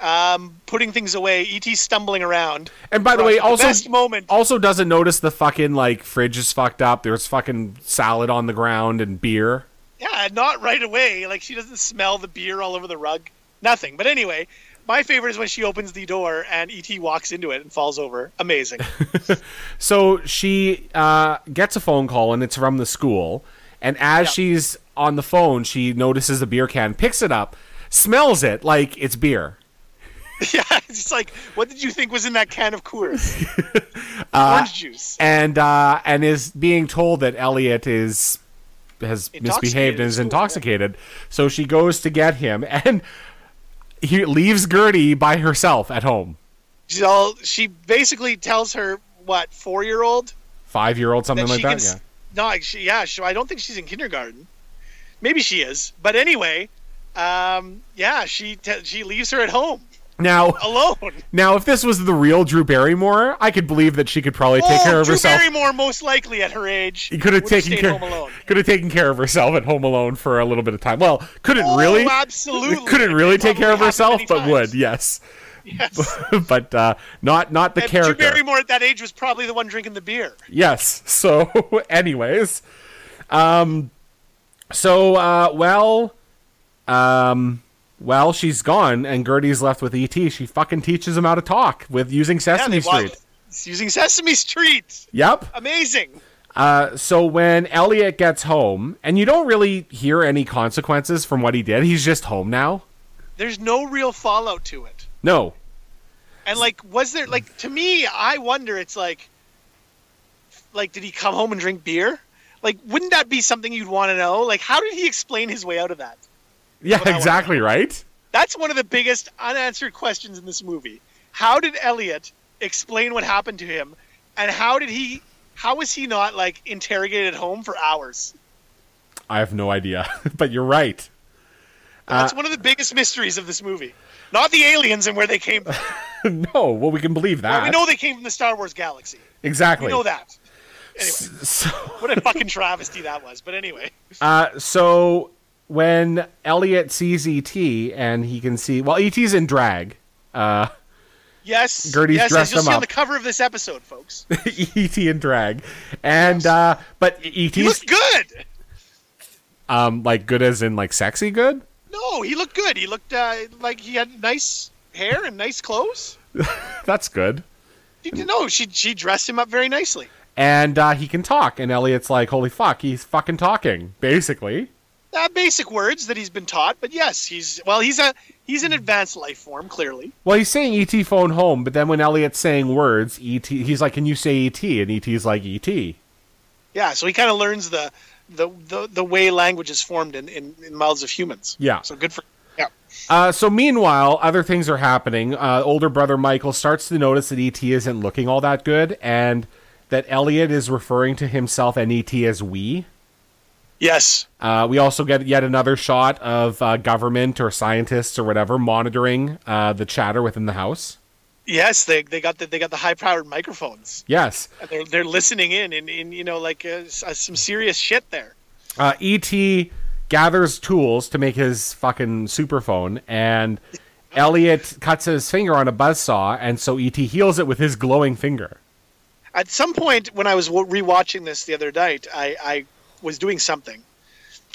[SPEAKER 5] Um, putting things away, ET stumbling around.
[SPEAKER 4] And by the way,
[SPEAKER 5] Right, the
[SPEAKER 4] also
[SPEAKER 5] best moment.
[SPEAKER 4] also doesn't notice the fucking like fridge is fucked up. There's fucking salad on the ground and beer.
[SPEAKER 5] Yeah, not right away. Like she doesn't smell the beer all over the rug. Nothing. But anyway, my favorite is when she opens the door and ET walks into it and falls over. Amazing.
[SPEAKER 4] So she uh, gets a phone call and it's from the school. And as she's on the phone, she notices a beer can, picks it up, smells it like it's beer.
[SPEAKER 5] [LAUGHS] Yeah, it's just like, what did you think was in that can
[SPEAKER 4] [LAUGHS]
[SPEAKER 5] of Coors?
[SPEAKER 4] Uh,
[SPEAKER 5] Orange juice.
[SPEAKER 4] and uh, and is being told that Elliot is has
[SPEAKER 5] Intoxicated
[SPEAKER 4] misbehaved
[SPEAKER 5] at
[SPEAKER 4] and is
[SPEAKER 5] school, yeah.
[SPEAKER 4] intoxicated. So she goes to get him, [LAUGHS] and he leaves Gertie by herself at home,
[SPEAKER 5] She's all, she basically tells her what four year old
[SPEAKER 4] five year old something
[SPEAKER 5] that
[SPEAKER 4] like
[SPEAKER 5] she
[SPEAKER 4] that.
[SPEAKER 5] can. s- No, she, yeah, she, I don't think she's in kindergarten. Maybe she is, but anyway, um, yeah, she te- she leaves her at home
[SPEAKER 4] yeah. Now,
[SPEAKER 5] alone.
[SPEAKER 4] now if this was the real Drew Barrymore, I could believe that she could probably take
[SPEAKER 5] oh,
[SPEAKER 4] care of
[SPEAKER 5] Drew
[SPEAKER 4] herself.
[SPEAKER 5] Barrymore, most likely at her age,
[SPEAKER 4] He could have
[SPEAKER 5] would've
[SPEAKER 4] taken
[SPEAKER 5] stayed
[SPEAKER 4] care.
[SPEAKER 5] home
[SPEAKER 4] [LAUGHS]
[SPEAKER 5] alone.
[SPEAKER 4] Could have taken care of herself at home alone for a little bit of time. Well, couldn't
[SPEAKER 5] Oh,
[SPEAKER 4] really.
[SPEAKER 5] absolutely.
[SPEAKER 4] Couldn't
[SPEAKER 5] It
[SPEAKER 4] really
[SPEAKER 5] probably
[SPEAKER 4] take care of
[SPEAKER 5] happened
[SPEAKER 4] herself,
[SPEAKER 5] many
[SPEAKER 4] but
[SPEAKER 5] times.
[SPEAKER 4] would yes. [LAUGHS]
[SPEAKER 5] Yes.
[SPEAKER 4] but uh, not not the
[SPEAKER 5] And Drew
[SPEAKER 4] character.
[SPEAKER 5] Barrymore at that age was probably the one drinking the beer.
[SPEAKER 4] Yes. [LAUGHS] So, anyways, um, so uh, well, um, well, she's gone, and Gertie's left with ET. She fucking teaches him how to talk with using Sesame
[SPEAKER 5] yeah, they watch-
[SPEAKER 4] Street.
[SPEAKER 5] It's using Sesame Street.
[SPEAKER 4] Yep.
[SPEAKER 5] Amazing.
[SPEAKER 4] Uh, so when Elliot gets home, and you don't really hear any consequences from what he did, he's just home now.
[SPEAKER 5] There's no real fallout to it.
[SPEAKER 4] No.
[SPEAKER 5] And like, was there like to me? I wonder. It's like, like, did he come home and drink beer? Like, wouldn't that be something you'd want to know? Like, how did he explain his way out of that?
[SPEAKER 4] Yeah.
[SPEAKER 5] Well, I
[SPEAKER 4] Exactly. Right.
[SPEAKER 5] That's one of the biggest unanswered questions in this movie. How did Elliot explain what happened to him, and how did he? How was he not like interrogated at home for hours?
[SPEAKER 4] I have no idea, [LAUGHS] but you're right.
[SPEAKER 5] That's one of the biggest mysteries of this movie. Not the aliens and where they came. From.
[SPEAKER 4] no. Well, we can believe that.
[SPEAKER 5] We know they came from the Star Wars galaxy.
[SPEAKER 4] exactly.
[SPEAKER 5] We know that. Anyway,
[SPEAKER 4] So.
[SPEAKER 5] what a fucking travesty that was. But anyway,
[SPEAKER 4] Uh, so when Elliot sees ET and he can see, well, ET's in drag. [LAUGHS]
[SPEAKER 5] yes,
[SPEAKER 4] Gertie's
[SPEAKER 5] yes,
[SPEAKER 4] dressed
[SPEAKER 5] as you'll
[SPEAKER 4] him
[SPEAKER 5] see
[SPEAKER 4] up.
[SPEAKER 5] on the cover of this episode, [LAUGHS] folks.
[SPEAKER 4] ET E in drag, and uh, but
[SPEAKER 5] He
[SPEAKER 4] ET's
[SPEAKER 5] looked good.
[SPEAKER 4] um like good as in like sexy good.
[SPEAKER 5] No, No, he looked good. He looked uh, like he had nice hair and nice clothes.
[SPEAKER 4] That's good.
[SPEAKER 5] You know, she she dressed him up very nicely.
[SPEAKER 4] And uh, he can talk. And Elliot's like, holy fuck, he's fucking talking, basically.
[SPEAKER 5] Uh, basic words that he's been taught, but yes, he's well, he's a he's an advanced life form clearly.
[SPEAKER 4] Well, he's saying ET phone home, but then when Elliot's saying words, ET, he's like, can you say ET? And ET's like, "E ET.
[SPEAKER 5] Yeah, so he kind of learns the, the the the way language is formed in, in, in mouths of humans.
[SPEAKER 4] Yeah.
[SPEAKER 5] So good for yeah.
[SPEAKER 4] Uh, so meanwhile, other things are happening. Uh, older brother Michael starts to notice that ET isn't looking all that good, and that Elliot is referring to himself and ET as we.
[SPEAKER 5] Yes.
[SPEAKER 4] Uh, we also get yet another shot of uh, government or scientists or whatever monitoring uh, the chatter within the house.
[SPEAKER 5] Yes, they, they got the they got the high powered microphones.
[SPEAKER 4] Yes,
[SPEAKER 5] And they're they're listening in and, and you know like uh, s- uh, some serious shit there.
[SPEAKER 4] uh, ET gathers tools to make his fucking superphone, and Elliot cuts his finger on a buzzsaw, and so ET heals it with his glowing finger. [LAUGHS]
[SPEAKER 5] At some point when I was wa- rewatching this the other night, I I was doing something,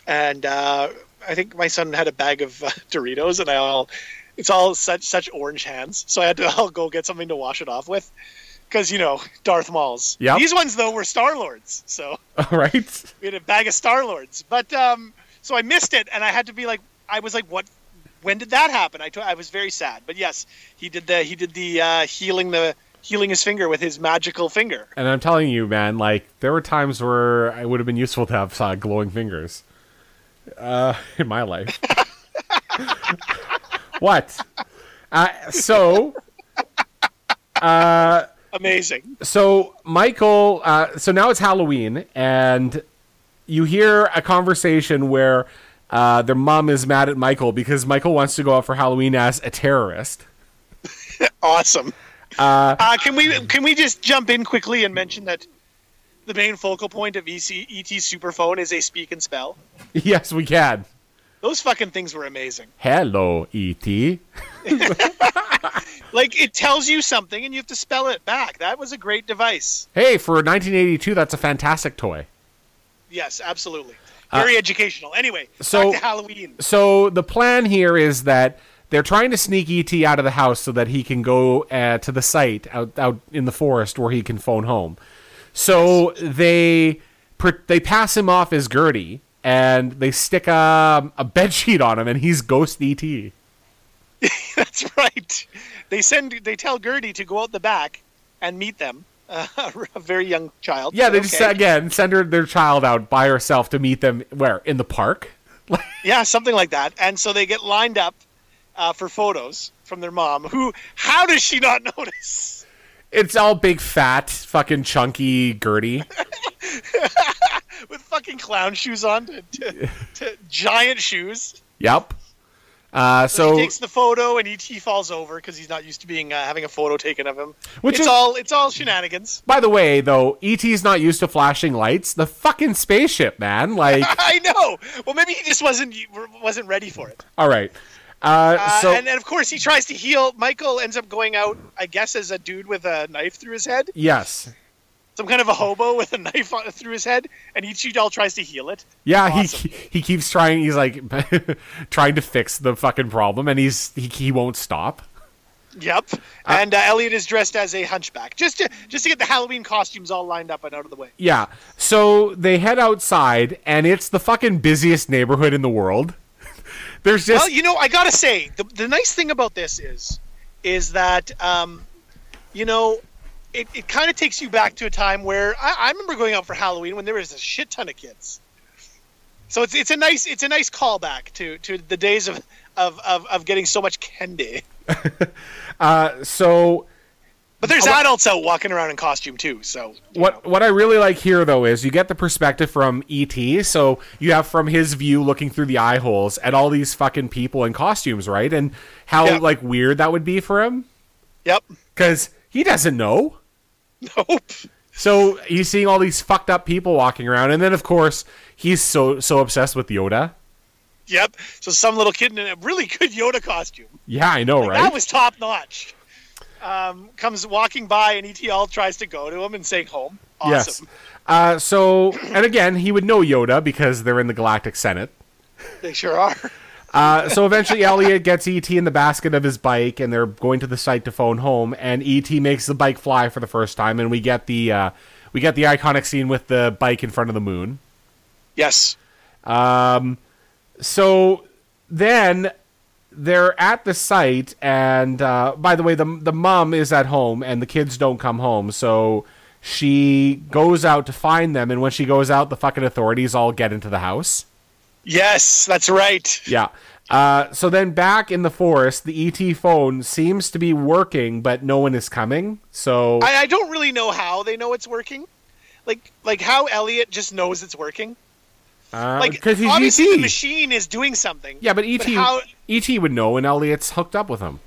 [SPEAKER 5] and uh, I think my son had a bag of uh, [LAUGHS] Doritos, and I all it's all such such orange hands, so I had to [LAUGHS] all go get something to wash it off with. Because you know Darth Mauls.
[SPEAKER 4] Yep.
[SPEAKER 5] These ones though were Star Lords, so
[SPEAKER 4] All right.
[SPEAKER 5] we had a bag of Star Lords. But um, so I missed it, and I had to be like, I was like, what? When did that happen? I to- I was very sad. But yes, he did the he did the uh, healing the healing his finger with his magical finger.
[SPEAKER 4] And I'm telling you, man, like there were times where it would have been useful to have uh, glowing fingers uh, [LAUGHS] in my life. what? Uh, so,
[SPEAKER 5] Amazing.
[SPEAKER 4] so Michael, uh, so now it's Halloween, and you hear a conversation where uh, their mom is mad at Michael because Michael wants to go out for Halloween as a terrorist. [LAUGHS]
[SPEAKER 5] Awesome. Uh, can we can we just jump in quickly and mention that the main focal point of E EC, ET Superphone is a speak and spell.
[SPEAKER 4] yes, we can.
[SPEAKER 5] Those fucking things were amazing.
[SPEAKER 4] Hello, E E.T.
[SPEAKER 5] Like it tells you something and you have to spell it back. That was a great device.
[SPEAKER 4] Hey, for 1982, that's a fantastic toy.
[SPEAKER 5] Yes, absolutely. Very educational. Anyway,
[SPEAKER 4] Uh, so-
[SPEAKER 5] back
[SPEAKER 4] [LAUGHS]
[SPEAKER 5] to Halloween. [LAUGHS]
[SPEAKER 4] so the plan here is that they're trying to sneak ET out of the house so that he can go uh, to the site out, out in the forest where he can phone home. So they pr- they pass him off as Gertie and they stick a, a bed [LAUGHS] sheet on him and he's ghost E ET.
[SPEAKER 5] That's right. They send. They tell Gertie to go out the back and meet them. Uh, [LAUGHS] a very young child.
[SPEAKER 4] Yeah, they
[SPEAKER 5] Okay.
[SPEAKER 4] just again send her their child out by herself to meet them where in the park.
[SPEAKER 5] Yeah, something like that. And so they get lined up uh, for photos from their mom. Who? How does she not [LAUGHS] notice?
[SPEAKER 4] It's all big fat fucking chunky
[SPEAKER 5] [LAUGHS]
[SPEAKER 4] Gertie.
[SPEAKER 5] With fucking clown shoes on, to,
[SPEAKER 4] [LAUGHS]
[SPEAKER 5] to, to giant shoes.
[SPEAKER 4] Yep. Uh, so
[SPEAKER 5] he takes the photo and he, he falls over because he's not used to being uh, having a photo taken of him.
[SPEAKER 4] Which
[SPEAKER 5] it's
[SPEAKER 4] is-
[SPEAKER 5] all it's all shenanigans.
[SPEAKER 4] By the way, though, ET's not used to flashing lights. The fucking spaceship, man.
[SPEAKER 5] [LAUGHS]
[SPEAKER 4] Like,
[SPEAKER 5] I know. Well, maybe he just wasn't wasn't ready for it.
[SPEAKER 4] all right. Uh,
[SPEAKER 5] Uh,
[SPEAKER 4] so
[SPEAKER 5] and then of course he tries to heal. Michael ends up going out, I guess, as a dude with a knife through his head,
[SPEAKER 4] yes,
[SPEAKER 5] some kind of a hobo with a knife on, through his head, and Ichidal tries to heal it.
[SPEAKER 4] yeah,
[SPEAKER 5] Awesome.
[SPEAKER 4] he he keeps trying. He's like [LAUGHS] trying to fix the fucking problem, and he's he, he won't stop.
[SPEAKER 5] Yep. and uh, Elliot is dressed as a hunchback, just to just to get the Halloween costumes all lined up and out of the way.
[SPEAKER 4] Yeah. So they head outside, and it's the fucking busiest neighborhood in the world. [LAUGHS] There's just
[SPEAKER 5] Well, you know, I gotta say, the, the nice thing about this is, is that, um, you know, it, it kind of takes you back to a time where I, I remember going out for Halloween when there was a shit ton of kids. So it's it's a nice it's a nice callback to to the days of of, of, of getting so much candy.
[SPEAKER 4] so
[SPEAKER 5] But there's adults out walking around in costume too. So you
[SPEAKER 4] What
[SPEAKER 5] know.
[SPEAKER 4] what I really like here though is you get the perspective from ET, so you have from his view looking through the eye holes at all these fucking people in costumes, right? And how
[SPEAKER 5] Yeah.
[SPEAKER 4] like weird that would be for him
[SPEAKER 5] Yep. [LAUGHS] Oh,
[SPEAKER 4] cuz he doesn't know.
[SPEAKER 5] Nope.
[SPEAKER 4] So he's seeing all these fucked up people walking around and then of course he's so so obsessed with Yoda.
[SPEAKER 5] Yep. So some little kid in a really good Yoda costume.
[SPEAKER 4] Yeah, I know, right?
[SPEAKER 5] That was top notch. Um, comes walking by, and ETL tries to go to him and say, "Home." Awesome. [LAUGHS]
[SPEAKER 4] Yes. Uh, so and again, he would know Yoda because they're in the Galactic Senate.
[SPEAKER 5] They sure are.
[SPEAKER 4] Uh, so eventually, Elliot gets ET in the basket of his bike, and they're going to the site to phone home. And ET makes the bike fly for the first time, and we get the uh, we get the iconic scene with the bike in front of the moon.
[SPEAKER 5] Yes.
[SPEAKER 4] So then they're at the site, and uh, by the way, the the mom is at home, and the kids don't come home. So she goes out to find them, and when she goes out, the fucking authorities all get into the house.
[SPEAKER 5] Yes, that's right.
[SPEAKER 4] Yeah. Uh, so then back in the forest, the ET phone seems to be working, but no one is coming. So
[SPEAKER 5] I, I don't really know how they know it's working. Like like how Elliot just knows it's working.
[SPEAKER 4] uh,
[SPEAKER 5] Like
[SPEAKER 4] because he's
[SPEAKER 5] obviously the
[SPEAKER 4] ET.
[SPEAKER 5] machine is doing something.
[SPEAKER 4] Yeah, but E ET
[SPEAKER 5] how-
[SPEAKER 4] ET would know, and Elliot's hooked up with him.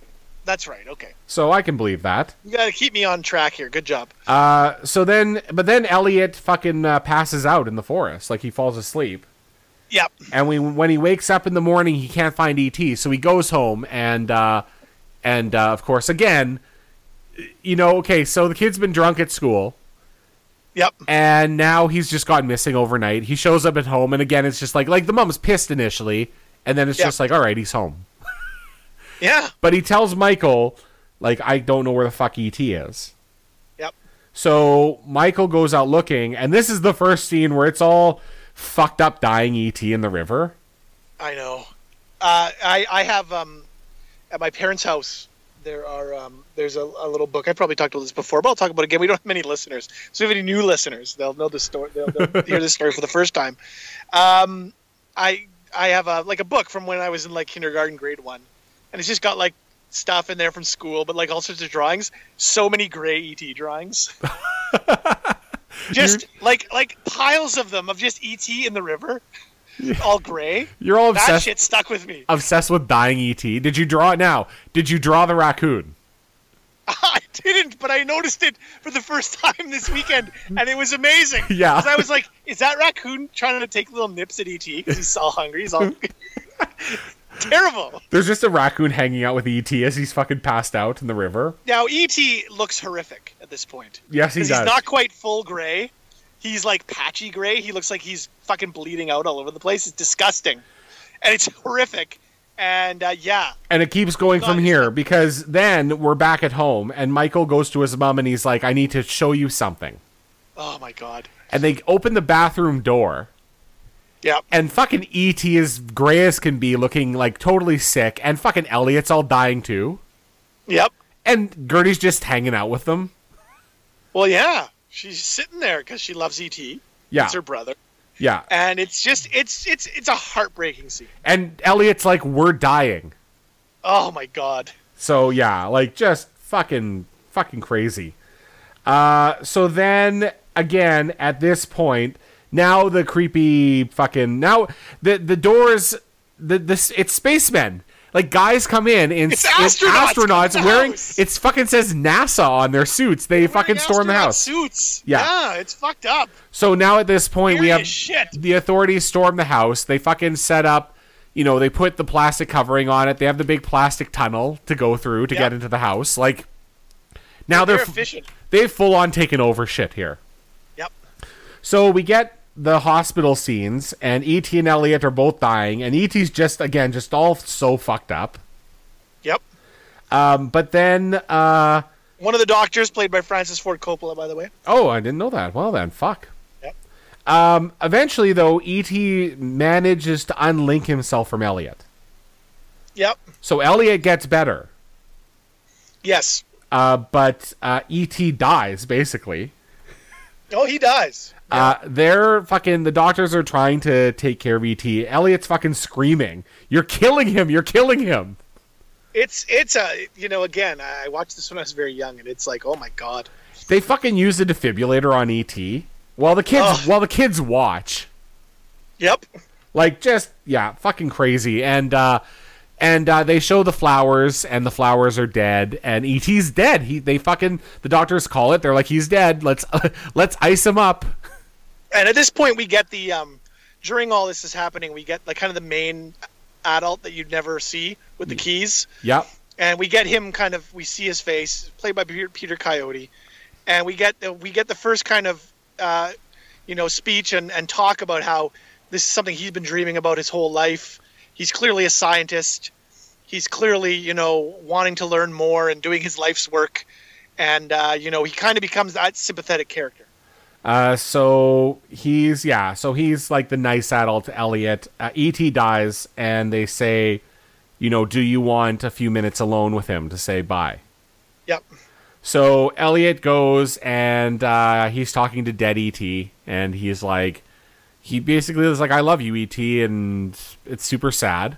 [SPEAKER 5] That's right. Okay.
[SPEAKER 4] So I can believe that.
[SPEAKER 5] You gotta keep me on track here. Good job.
[SPEAKER 4] Uh, So then, but then Elliot fucking uh, passes out in the forest, like he falls asleep.
[SPEAKER 5] yep.
[SPEAKER 4] And we, when he wakes up in the morning, he can't find ET, so he goes home and uh, and uh, of course again, you know, okay, so the kid's been drunk at school.
[SPEAKER 5] Yep.
[SPEAKER 4] and now he's just gone missing overnight. He shows up at home, and again, it's just like like the mom's pissed initially, and then it's
[SPEAKER 5] Yeah.
[SPEAKER 4] just like, all right, he's home.
[SPEAKER 5] Yeah.
[SPEAKER 4] But he tells Michael, like, I don't know where the fuck ET is.
[SPEAKER 5] Yep.
[SPEAKER 4] So Michael goes out looking, and this is the first scene where it's all fucked up, dying ET in the river.
[SPEAKER 5] I know. Uh, I I have um, at my parents' house there are um, there's a, a little book. I probably talked about this before, but I'll talk about it again. We don't have many listeners, so if you have any new listeners, they'll know the story. They'll, they'll hear the story for the first time. Um, I I have a like a book from when I was in like kindergarten, grade one, and it's just got like stuff in there from school, but like all sorts of drawings. So many gray ET drawings. just like like piles of them of just ET in the river, all gray.
[SPEAKER 4] You're all
[SPEAKER 5] That
[SPEAKER 4] obsessed
[SPEAKER 5] shit stuck with me.
[SPEAKER 4] obsessed with dying ET. Did you draw it now? Did you draw the raccoon?
[SPEAKER 5] [LAUGHS] I didn't, but I noticed it for the first [LAUGHS] time this weekend, and it was amazing.
[SPEAKER 4] [LAUGHS] Yeah.
[SPEAKER 5] 'Cause I was like, "Is that raccoon trying to take little nips at ET? Because he's all hungry.
[SPEAKER 4] [LAUGHS]
[SPEAKER 5] He's all terrible."
[SPEAKER 4] There's just a raccoon hanging out with ET as he's fucking passed out in the river.
[SPEAKER 5] Now ET looks horrific at this point.
[SPEAKER 4] Yes, he
[SPEAKER 5] 'Cause
[SPEAKER 4] does.
[SPEAKER 5] He's not quite full gray. He's like patchy gray. He looks like he's fucking bleeding out all over the place. It's disgusting, and it's [LAUGHS] horrific. And uh, yeah,
[SPEAKER 4] and it keeps going from
[SPEAKER 5] Nice.
[SPEAKER 4] here because then we're back at home and Michael goes to his mom and he's like, I need to show you something.
[SPEAKER 5] oh my god.
[SPEAKER 4] And they open the bathroom door
[SPEAKER 5] Yeah.
[SPEAKER 4] and fucking E.T. is gray as can be looking like totally sick and fucking Elliot's all dying too.
[SPEAKER 5] Yep.
[SPEAKER 4] And Gertie's just hanging out with them.
[SPEAKER 5] Well, yeah, she's sitting there because she loves ET.
[SPEAKER 4] Yeah.
[SPEAKER 5] it's her brother,
[SPEAKER 4] Yeah.
[SPEAKER 5] and it's just it's it's it's a heartbreaking scene.
[SPEAKER 4] And Elliot's like, we're dying.
[SPEAKER 5] Oh my god,
[SPEAKER 4] So yeah, like just fucking fucking crazy. Uh so then again at this point, now the creepy fucking now the the doors the this it's spacemen. Like guys come in in
[SPEAKER 5] It's
[SPEAKER 4] in
[SPEAKER 5] astronauts come
[SPEAKER 4] astronauts
[SPEAKER 5] to the
[SPEAKER 4] wearing
[SPEAKER 5] house.
[SPEAKER 4] it's fucking says NASA on their suits. They fucking
[SPEAKER 5] Wearing
[SPEAKER 4] storm the
[SPEAKER 5] astronaut
[SPEAKER 4] house.
[SPEAKER 5] Suits.
[SPEAKER 4] Yeah.
[SPEAKER 5] it's fucked up.
[SPEAKER 4] So now at this point, we
[SPEAKER 5] Serious
[SPEAKER 4] have
[SPEAKER 5] shit.
[SPEAKER 4] the authorities storm the house. They fucking set up, you know, they put the plastic covering on it. They have the big plastic tunnel to go through to
[SPEAKER 5] Yeah.
[SPEAKER 4] get into the house. Like now
[SPEAKER 5] They're
[SPEAKER 4] they're f-
[SPEAKER 5] efficient.
[SPEAKER 4] they've full on taken over shit here.
[SPEAKER 5] Yep.
[SPEAKER 4] So we get the hospital scenes, and ET and Elliot are both dying, and ET's just again just all so fucked up.
[SPEAKER 5] Yep.
[SPEAKER 4] Um, but then, uh,
[SPEAKER 5] One of the doctors, played by Francis Ford Coppola, by the way.
[SPEAKER 4] oh, I didn't know that. Well then, fuck.
[SPEAKER 5] Yep.
[SPEAKER 4] Um, eventually, though, ET manages to unlink himself from Elliot.
[SPEAKER 5] Yep.
[SPEAKER 4] So Elliot gets better,
[SPEAKER 5] Yes.
[SPEAKER 4] uh, but uh, ET dies basically.
[SPEAKER 5] Oh, he dies.
[SPEAKER 4] Uh, they're fucking. The doctors are trying to take care of ET. Elliot's fucking screaming, "You're killing him! You're killing him!"
[SPEAKER 5] It's it's a you know again I watched this when I was very young and it's like oh my god
[SPEAKER 4] They fucking use the defibrillator on ET while the kids
[SPEAKER 5] Ugh.
[SPEAKER 4] while the kids watch.
[SPEAKER 5] yep
[SPEAKER 4] Like just yeah, fucking crazy. And uh, and uh, they show the flowers, and the flowers are dead, and ET's dead. He they fucking the doctors call it. They're like, "He's dead. Let's [LAUGHS] let's ice him up."
[SPEAKER 5] and at this point we get the um during all this is happening we get like kind of the main adult that you'd never see with the keys
[SPEAKER 4] Yep.
[SPEAKER 5] and we get him kind of we see his face played by Peter, Peter Coyote and we get the, we get the first kind of uh, you know speech and, and talk about how this is something he's been dreaming about his whole life He's clearly a scientist. He's clearly, you know, wanting to learn more and doing his life's work. And, uh, you know, he kind of becomes that sympathetic character.
[SPEAKER 4] Uh, so he's yeah, so he's like the nice adult to Elliot. Uh, Et dies, and they say, you know, do you want a few minutes alone with him to say bye?
[SPEAKER 5] Yep.
[SPEAKER 4] So Elliot goes and uh, he's talking to dead ET, and he's like, he basically is like, I love you, ET, and it's super sad.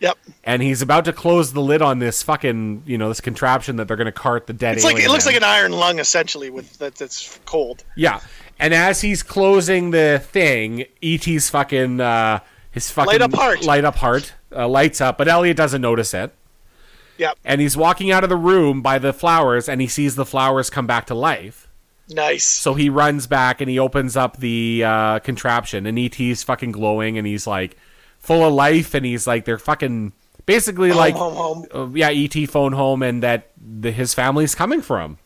[SPEAKER 5] Yep.
[SPEAKER 4] And he's about to close the lid on this fucking, you know, this contraption that they're going to cart the dead.
[SPEAKER 5] It's like, it
[SPEAKER 4] alien
[SPEAKER 5] looks
[SPEAKER 4] in.
[SPEAKER 5] like an iron lung, essentially, with that, that's cold.
[SPEAKER 4] Yeah. And as he's closing the thing, E.T.'s fucking uh his fucking
[SPEAKER 5] Light up heart.
[SPEAKER 4] light up heart, uh, lights up, but Elliot doesn't notice it.
[SPEAKER 5] Yep.
[SPEAKER 4] And he's walking out of the room by the flowers and he sees the flowers come back to life.
[SPEAKER 5] Nice.
[SPEAKER 4] So he runs back and he opens up the uh contraption and E.T.'s fucking glowing and he's like full of life and he's like they're fucking basically like
[SPEAKER 5] home, home.
[SPEAKER 4] Uh, yeah, E.T. phone home and that the, his family's coming from.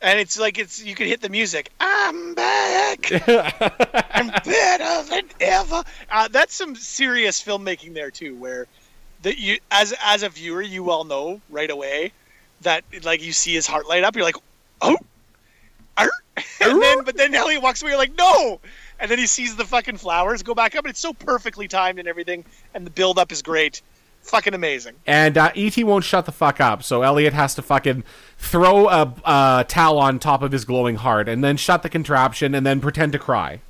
[SPEAKER 5] And it's like it's you can hit the music. I'm back. I'm better than ever. Uh, that's some serious filmmaking there too, where that you as as a viewer you all know right away that like you see his heart light up. You're like, oh, Arr! [LAUGHS] and then but then Elliot walks away. You're like, no. And then he sees the fucking flowers go back up, and it's so perfectly timed and everything, and the build up is great. Fucking amazing.
[SPEAKER 4] And uh, ET won't shut the fuck up, so Elliot has to fucking throw a uh, towel on top of his glowing heart and then shut the contraption and then pretend to cry.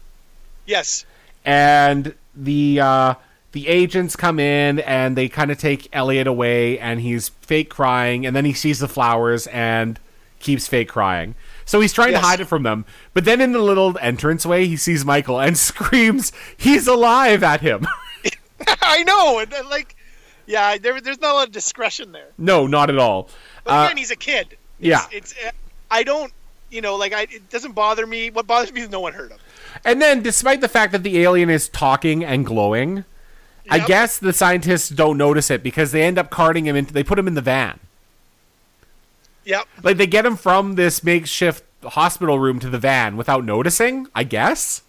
[SPEAKER 5] Yes. [LAUGHS]
[SPEAKER 4] And the uh, the agents come in and they kind of take Elliot away, and he's fake crying, and then he sees the flowers and keeps fake crying. So he's trying
[SPEAKER 5] Yes.
[SPEAKER 4] to hide it from them, but then in the little entranceway, he sees Michael and [LAUGHS] screams, "He's alive!" at him. [LAUGHS]
[SPEAKER 5] I know, and, and like, yeah, there, there's not a lot of discretion there.
[SPEAKER 4] no, not at all.
[SPEAKER 5] But
[SPEAKER 4] Uh,
[SPEAKER 5] again, he's a kid.
[SPEAKER 4] yeah.
[SPEAKER 5] It's, it's I don't, you know, like I, it doesn't bother me. What bothers me is no one heard him.
[SPEAKER 4] And then, despite the fact that the alien is talking and glowing, I
[SPEAKER 5] Yep.
[SPEAKER 4] guess the scientists don't notice it because they end up carting him into. They put him in the van.
[SPEAKER 5] Yep.
[SPEAKER 4] Like they get him from this makeshift hospital room to the van without noticing. I guess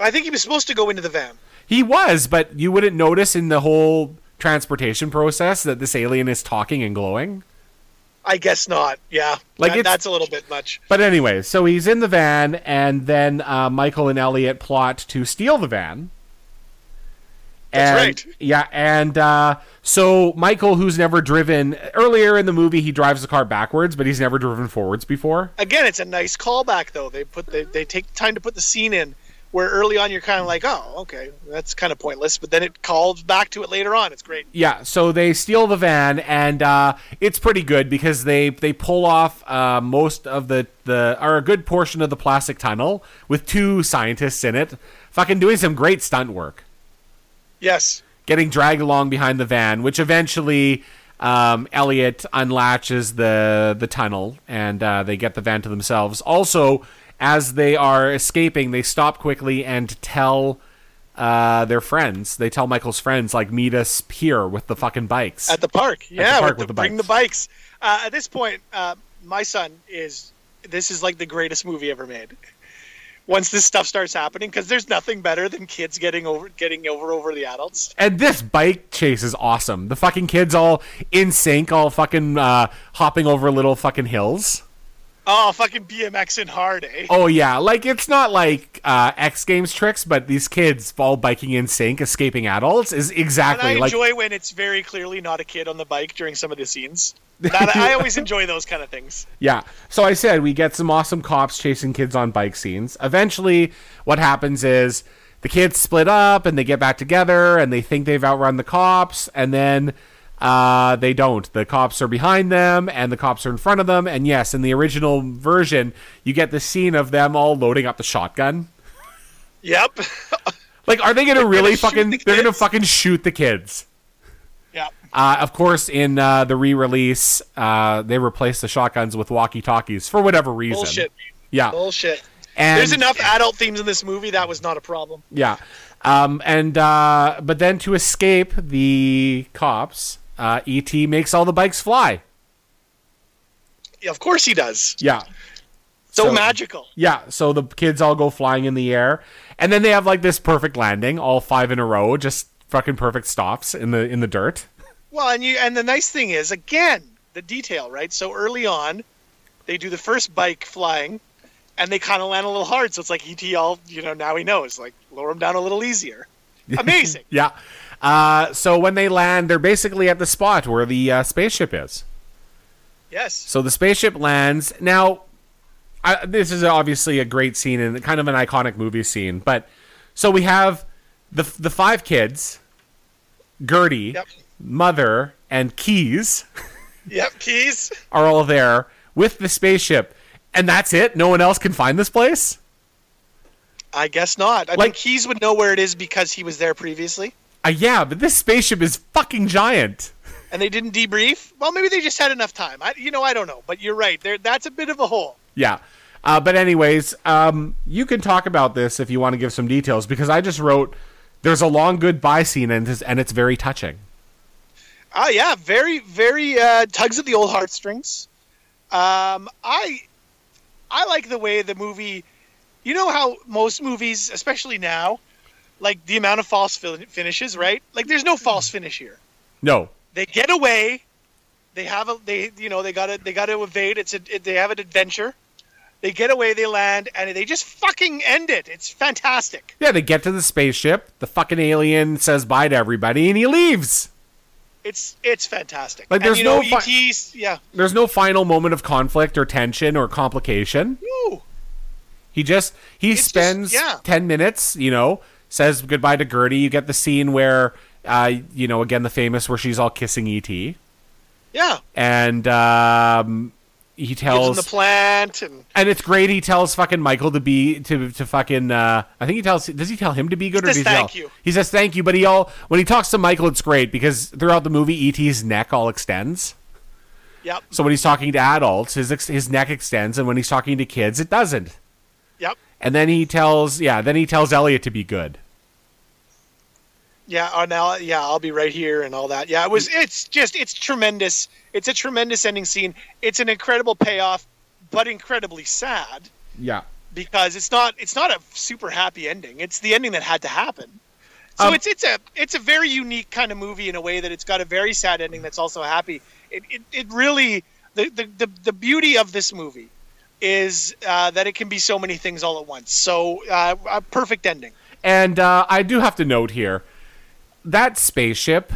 [SPEAKER 5] I think he was supposed to go into the van.
[SPEAKER 4] he was, but you wouldn't notice in the whole transportation process that this alien is talking and glowing.
[SPEAKER 5] I guess not. Yeah.
[SPEAKER 4] Like,
[SPEAKER 5] That-
[SPEAKER 4] it's-
[SPEAKER 5] that's a little bit much.
[SPEAKER 4] But anyway, so he's in the van, and then uh, Michael and Elliot plot to steal the van.
[SPEAKER 5] That's
[SPEAKER 4] And-
[SPEAKER 5] right.
[SPEAKER 4] Yeah, and uh, so Michael, who's never driven earlier in the movie, he drives the car backwards, but he's never driven forwards before.
[SPEAKER 5] Again, it's a nice callback though. They put they, they take time to put the scene in where early on you're kind of like, oh, okay, that's kind of pointless. But then it calls back to it later on. It's great.
[SPEAKER 4] Yeah, so they steal the van, and uh, it's pretty good because they they pull off uh, most of the the or a good portion of the plastic tunnel with two scientists in it, fucking doing some great stunt work.
[SPEAKER 5] Yes.
[SPEAKER 4] getting dragged along behind the van, which eventually um, Elliot unlatches the the tunnel and uh, they get the van to themselves. Also, as they are escaping, they stop quickly and tell uh, their friends. They tell Michael's friends like, "Meet us here with the fucking bikes."
[SPEAKER 5] At the park, yeah.
[SPEAKER 4] park with
[SPEAKER 5] with the,
[SPEAKER 4] the
[SPEAKER 5] bring the bikes. Uh, at this point, uh, my son is. This is like the greatest movie ever made. Once this stuff starts happening, because there's nothing better than kids getting over getting over over the adults.
[SPEAKER 4] and this bike chase is awesome. The fucking kids all in sync, all fucking uh, hopping over little fucking hills.
[SPEAKER 5] Oh, fucking BMX and hard, eh?
[SPEAKER 4] Oh yeah, like it's not like uh, X Games tricks, but these kids all biking in sync, escaping adults is
[SPEAKER 5] and I
[SPEAKER 4] exactly like
[SPEAKER 5] enjoy when it's very clearly not a kid on the bike during some of
[SPEAKER 4] [LAUGHS]
[SPEAKER 5] the scenes. That, I always enjoy those kind of things.
[SPEAKER 4] yeah. So I said we get some awesome cops chasing kids on bike scenes. Eventually, what happens is the kids split up and they get back together and they think they've outrun the cops, and then uh, they don't. The cops are behind them and the cops are in front of them. And yes, in the original version, you get the scene of them all loading up the shotgun.
[SPEAKER 5] Yep. [LAUGHS]
[SPEAKER 4] Like, are they gonna really
[SPEAKER 5] shoot
[SPEAKER 4] fucking?
[SPEAKER 5] the
[SPEAKER 4] they're gonna
[SPEAKER 5] kids.
[SPEAKER 4] fucking shoot the kids.
[SPEAKER 5] yep.
[SPEAKER 4] Uh, of course, in uh, the re-release, uh, they replaced the shotguns with walkie-talkies for whatever reason.
[SPEAKER 5] Bullshit.
[SPEAKER 4] Yeah,
[SPEAKER 5] Bullshit.
[SPEAKER 4] and
[SPEAKER 5] There's enough adult themes in this movie that was not a problem.
[SPEAKER 4] Yeah, um, and uh, but then to escape the cops, uh, ET makes all the bikes fly.
[SPEAKER 5] Yeah, of course he does.
[SPEAKER 4] Yeah,
[SPEAKER 5] so
[SPEAKER 4] So-
[SPEAKER 5] magical.
[SPEAKER 4] yeah. So the kids all go flying in the air, and then they have like this perfect landing, all five in a row, just fucking perfect stops in the in the dirt.
[SPEAKER 5] Well, and you and the nice thing is again the detail, right? So early on, they do the first bike flying, and they kind of land a little hard. So it's like ET all you know now he knows like lower him down a little easier.
[SPEAKER 4] [LAUGHS]
[SPEAKER 5] Amazing.
[SPEAKER 4] Yeah. Uh, so when they land, they're basically at the spot where the uh, spaceship is.
[SPEAKER 5] Yes.
[SPEAKER 4] So the spaceship lands. Now, I, this is obviously a great scene and kind of an iconic movie scene. But so we have the the five kids, Gertie,
[SPEAKER 5] Yep.
[SPEAKER 4] mother, and Keys
[SPEAKER 5] Yep. Keys.
[SPEAKER 4] are all there with the spaceship, and that's it. No one else can find this place.
[SPEAKER 5] I guess not. I
[SPEAKER 4] Like-
[SPEAKER 5] think Keys would know where it is because he was there previously,
[SPEAKER 4] Uh, yeah, but this spaceship is fucking giant.
[SPEAKER 5] and they didn't debrief. Well, maybe they just had enough time. I, you know, I don't know. But you're right. There, that's a bit of a hole.
[SPEAKER 4] Yeah. Uh, but anyways, um, you can talk about this if you want to give some details because I just wrote there's a long goodbye scene and it's, and it's very touching.
[SPEAKER 5] Oh yeah, very very uh, tugs at the old heartstrings. Um, I I like the way the movie. You know how most movies, especially now, like the amount of false fin- finishes, right? Like there's no false finish here.
[SPEAKER 4] No.
[SPEAKER 5] They get away. They have a they you know they got to they got to evade. It's a it, they have an adventure. They get away. They land and they just fucking end it. It's fantastic.
[SPEAKER 4] Yeah, they get to the spaceship. The fucking alien says bye to everybody and he leaves.
[SPEAKER 5] It's it's fantastic.
[SPEAKER 4] Like,
[SPEAKER 5] And,
[SPEAKER 4] there's
[SPEAKER 5] you know,
[SPEAKER 4] no fi-
[SPEAKER 5] ET's, yeah.
[SPEAKER 4] There's no final moment of conflict or tension or complication.
[SPEAKER 5] Ooh.
[SPEAKER 4] He just he
[SPEAKER 5] just-
[SPEAKER 4] spends
[SPEAKER 5] yeah.
[SPEAKER 4] ten minutes, you know, says goodbye to Gertie. You get the scene where, uh, you know, again the famous where she's all kissing ET,
[SPEAKER 5] Yeah.
[SPEAKER 4] and um, he
[SPEAKER 5] Gives
[SPEAKER 4] tells
[SPEAKER 5] them the plant and
[SPEAKER 4] and it's great. He tells fucking Michael to be to to fucking. Uh, I think he tells. Does he tell him to be good or
[SPEAKER 5] says
[SPEAKER 4] does he
[SPEAKER 5] thank
[SPEAKER 4] yell?
[SPEAKER 5] you.
[SPEAKER 4] He says thank you, but he all when he talks to Michael, it's great because throughout the movie, ET's neck all extends.
[SPEAKER 5] yep.
[SPEAKER 4] So when he's talking to adults, his ex- his neck extends, and when he's talking to kids, it doesn't.
[SPEAKER 5] Yep.
[SPEAKER 4] And then he tells, yeah, then he tells Elliot to be good.
[SPEAKER 5] Yeah. Oh, now, yeah, I'll be right here and all that. Yeah, it was. It's just. It's tremendous. It's a tremendous ending scene. It's an incredible payoff, but incredibly sad
[SPEAKER 4] Yeah.
[SPEAKER 5] because it's not. It's not a super happy ending. It's the ending that had to happen. So
[SPEAKER 4] Um,
[SPEAKER 5] it's it's a it's a very unique kind of movie in a way that it's got a very sad ending that's also happy. It it, it really the, the the the beauty of this movie is uh, that it can be so many things all at once. So uh, a perfect ending.
[SPEAKER 4] And uh, I do have to note here that spaceship,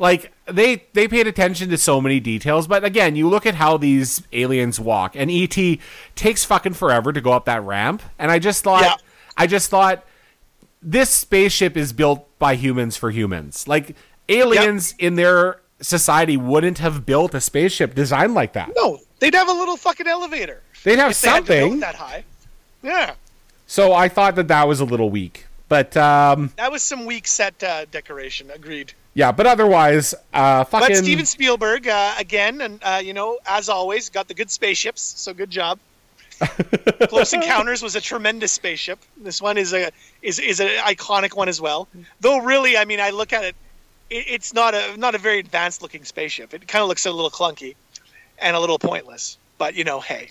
[SPEAKER 4] like they they paid attention to so many details. But again, you look at how these aliens walk, and ET takes fucking forever to go up that ramp. And I just thought,
[SPEAKER 5] Yeah.
[SPEAKER 4] I just thought this spaceship is built by humans for humans. Like aliens in their society wouldn't have built a spaceship designed like that.
[SPEAKER 5] No, they'd have a little fucking elevator.
[SPEAKER 4] They'd have
[SPEAKER 5] if they had to build
[SPEAKER 4] something.
[SPEAKER 5] that high. Yeah,
[SPEAKER 4] So I thought that that was a little weak. But um,
[SPEAKER 5] that was some weak set uh, decoration. Agreed.
[SPEAKER 4] yeah, but otherwise, uh, fucking.
[SPEAKER 5] But Steven Spielberg uh, again, and uh, you know, as always, got the good spaceships. So good
[SPEAKER 4] [LAUGHS]
[SPEAKER 5] job. Close Encounters was a tremendous spaceship. This one is a is is an iconic one as well. Though really, I mean, I look at it, it it's not a not a very advanced looking spaceship. It kind of looks a little clunky and a little pointless. But you know, hey,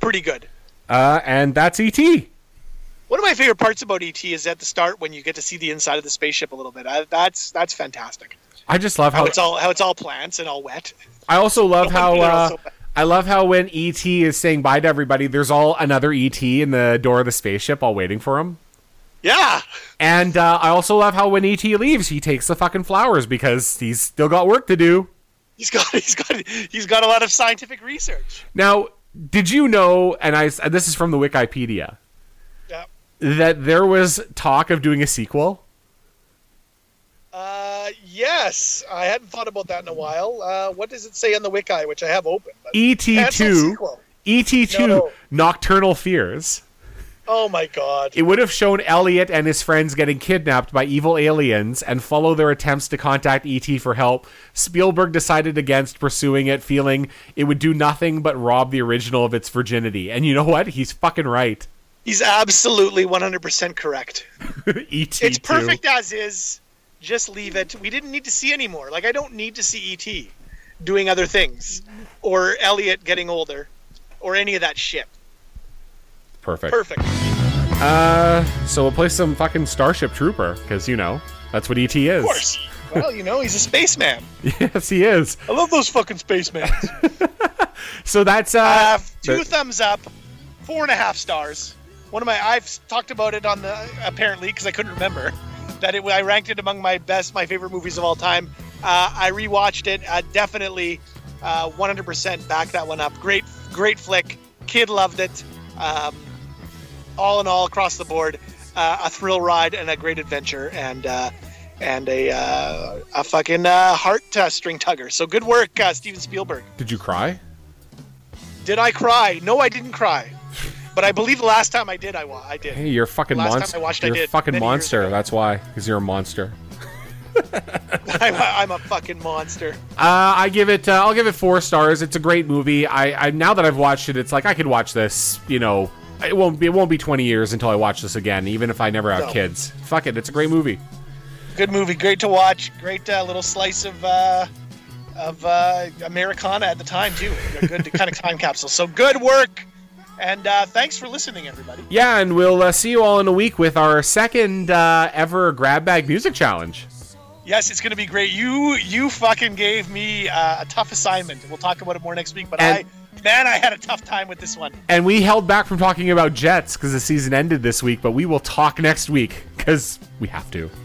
[SPEAKER 5] pretty good.
[SPEAKER 4] Uh, and that's ET.
[SPEAKER 5] One of my favorite parts about ET is at the start when you get to see the inside of the spaceship a little bit. I, that's that's fantastic.
[SPEAKER 4] I just love
[SPEAKER 5] How
[SPEAKER 4] how
[SPEAKER 5] it's all how it's all plants and all wet.
[SPEAKER 4] I also love
[SPEAKER 5] [LAUGHS] Oh,
[SPEAKER 4] how
[SPEAKER 5] they're
[SPEAKER 4] uh,
[SPEAKER 5] also bad.
[SPEAKER 4] I love how when ET is saying bye to everybody, there's all another ET in the door of the spaceship, all waiting for him.
[SPEAKER 5] Yeah,
[SPEAKER 4] And uh, I also love how when ET leaves, he takes the fucking flowers because he's still got work to do.
[SPEAKER 5] he's got [LAUGHS] he's got he's got a lot of scientific research.
[SPEAKER 4] Now, did you know? And I and this is from the Wikipedia
[SPEAKER 5] Yeah.
[SPEAKER 4] that there was talk of doing a sequel.
[SPEAKER 5] Uh, yes, I hadn't thought about that in a while. Uh, what does it say on the wiki, which I have open? But
[SPEAKER 4] ET
[SPEAKER 5] Cancel
[SPEAKER 4] E two,
[SPEAKER 5] sequel.
[SPEAKER 4] ET two,
[SPEAKER 5] No.
[SPEAKER 4] Nocturnal Fears.
[SPEAKER 5] Oh my god.
[SPEAKER 4] It would have shown Elliot and his friends getting kidnapped by evil aliens and follow their attempts to contact ET for help. Spielberg decided against pursuing it, feeling it would do nothing but rob the original of its virginity. And you know what? He's fucking right.
[SPEAKER 5] He's absolutely 100% correct.
[SPEAKER 4] ET. too.
[SPEAKER 5] It's perfect as is. Just leave it. We didn't need to see anymore. Like I don't need to see ET doing other things or Elliot getting older or any of that shit.
[SPEAKER 4] Perfect.
[SPEAKER 5] Perfect.
[SPEAKER 4] So we'll play some fucking Starship Trooper because you know That's what ET is.
[SPEAKER 5] Of course. well, you know, he's a spaceman.
[SPEAKER 4] [LAUGHS] yes, he is.
[SPEAKER 5] I love those fucking spacemen. [LAUGHS]
[SPEAKER 4] So that's
[SPEAKER 5] I
[SPEAKER 4] uh,
[SPEAKER 5] have two thumbs up, four and a half stars. One of my I've talked about it on the apparently because I couldn't remember that it I ranked it among my best, my favorite movies of all time. Uh, I rewatched it. Uh, definitely, uh, 100% back that one up. Great, great flick. Kid loved it. Um, all in all, across the board, uh, a thrill ride and a great adventure and. Uh, and a uh, a fucking uh, heart uh, string tugger. So good work, uh, Steven Spielberg.
[SPEAKER 4] did you cry?
[SPEAKER 5] Did I cry? No, I didn't cry. But I believe the last time I did, I wa- I did.
[SPEAKER 4] Hey, you're a fucking
[SPEAKER 5] Last time
[SPEAKER 4] monster.
[SPEAKER 5] I watched, I
[SPEAKER 4] you're a
[SPEAKER 5] did,
[SPEAKER 4] fucking
[SPEAKER 5] many years
[SPEAKER 4] monster.
[SPEAKER 5] ago.
[SPEAKER 4] That's why, because you're a monster.
[SPEAKER 5] [LAUGHS] I'm, a, I'm a fucking monster.
[SPEAKER 4] Uh, I give it. Uh, I'll give it four stars. It's a great movie. I, I now that I've watched it, it's like I could watch this. You know, it won't be. It won't be twenty years until I watch this again, even if I never have
[SPEAKER 5] No.
[SPEAKER 4] kids. Fuck it. It's a great movie.
[SPEAKER 5] Good movie, great to watch. Great uh, little slice of uh, of uh, Americana at the time too. A good kind of time capsule. So good work, and uh, thanks for listening, everybody.
[SPEAKER 4] Yeah, and we'll uh, see you all in a week with our second uh, ever grab bag music challenge.
[SPEAKER 5] Yes, it's gonna be great. You you fucking gave me uh, a tough assignment. We'll talk about it more next week. But
[SPEAKER 4] And-
[SPEAKER 5] I man, I had a tough time with this one.
[SPEAKER 4] And we held back from talking about Jets because the season ended this week, but we will talk next week because we have to.
[SPEAKER 5] Well,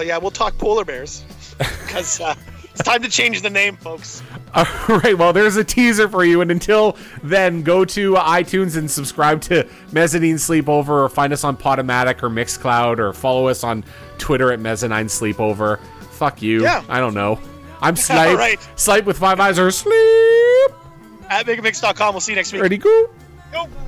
[SPEAKER 5] Oh, yeah, we'll talk
[SPEAKER 4] [LAUGHS]
[SPEAKER 5] polar bears because uh, it's time to change the name, folks.
[SPEAKER 4] All [LAUGHS] right, well, there's a teaser for you. And until then, go to iTunes and subscribe to Mezzanine Sleepover or find us on Podomatic or Mixcloud or follow us on Twitter at Mezzanine Sleepover. Fuck you.
[SPEAKER 5] Yeah.
[SPEAKER 4] I don't know.
[SPEAKER 5] [LAUGHS]
[SPEAKER 4] I'm Snipe.
[SPEAKER 5] right.
[SPEAKER 4] Snipe with five eyes or sleep.
[SPEAKER 5] At megamix.com. We'll see you next week.
[SPEAKER 4] Ready, go.
[SPEAKER 5] Nope.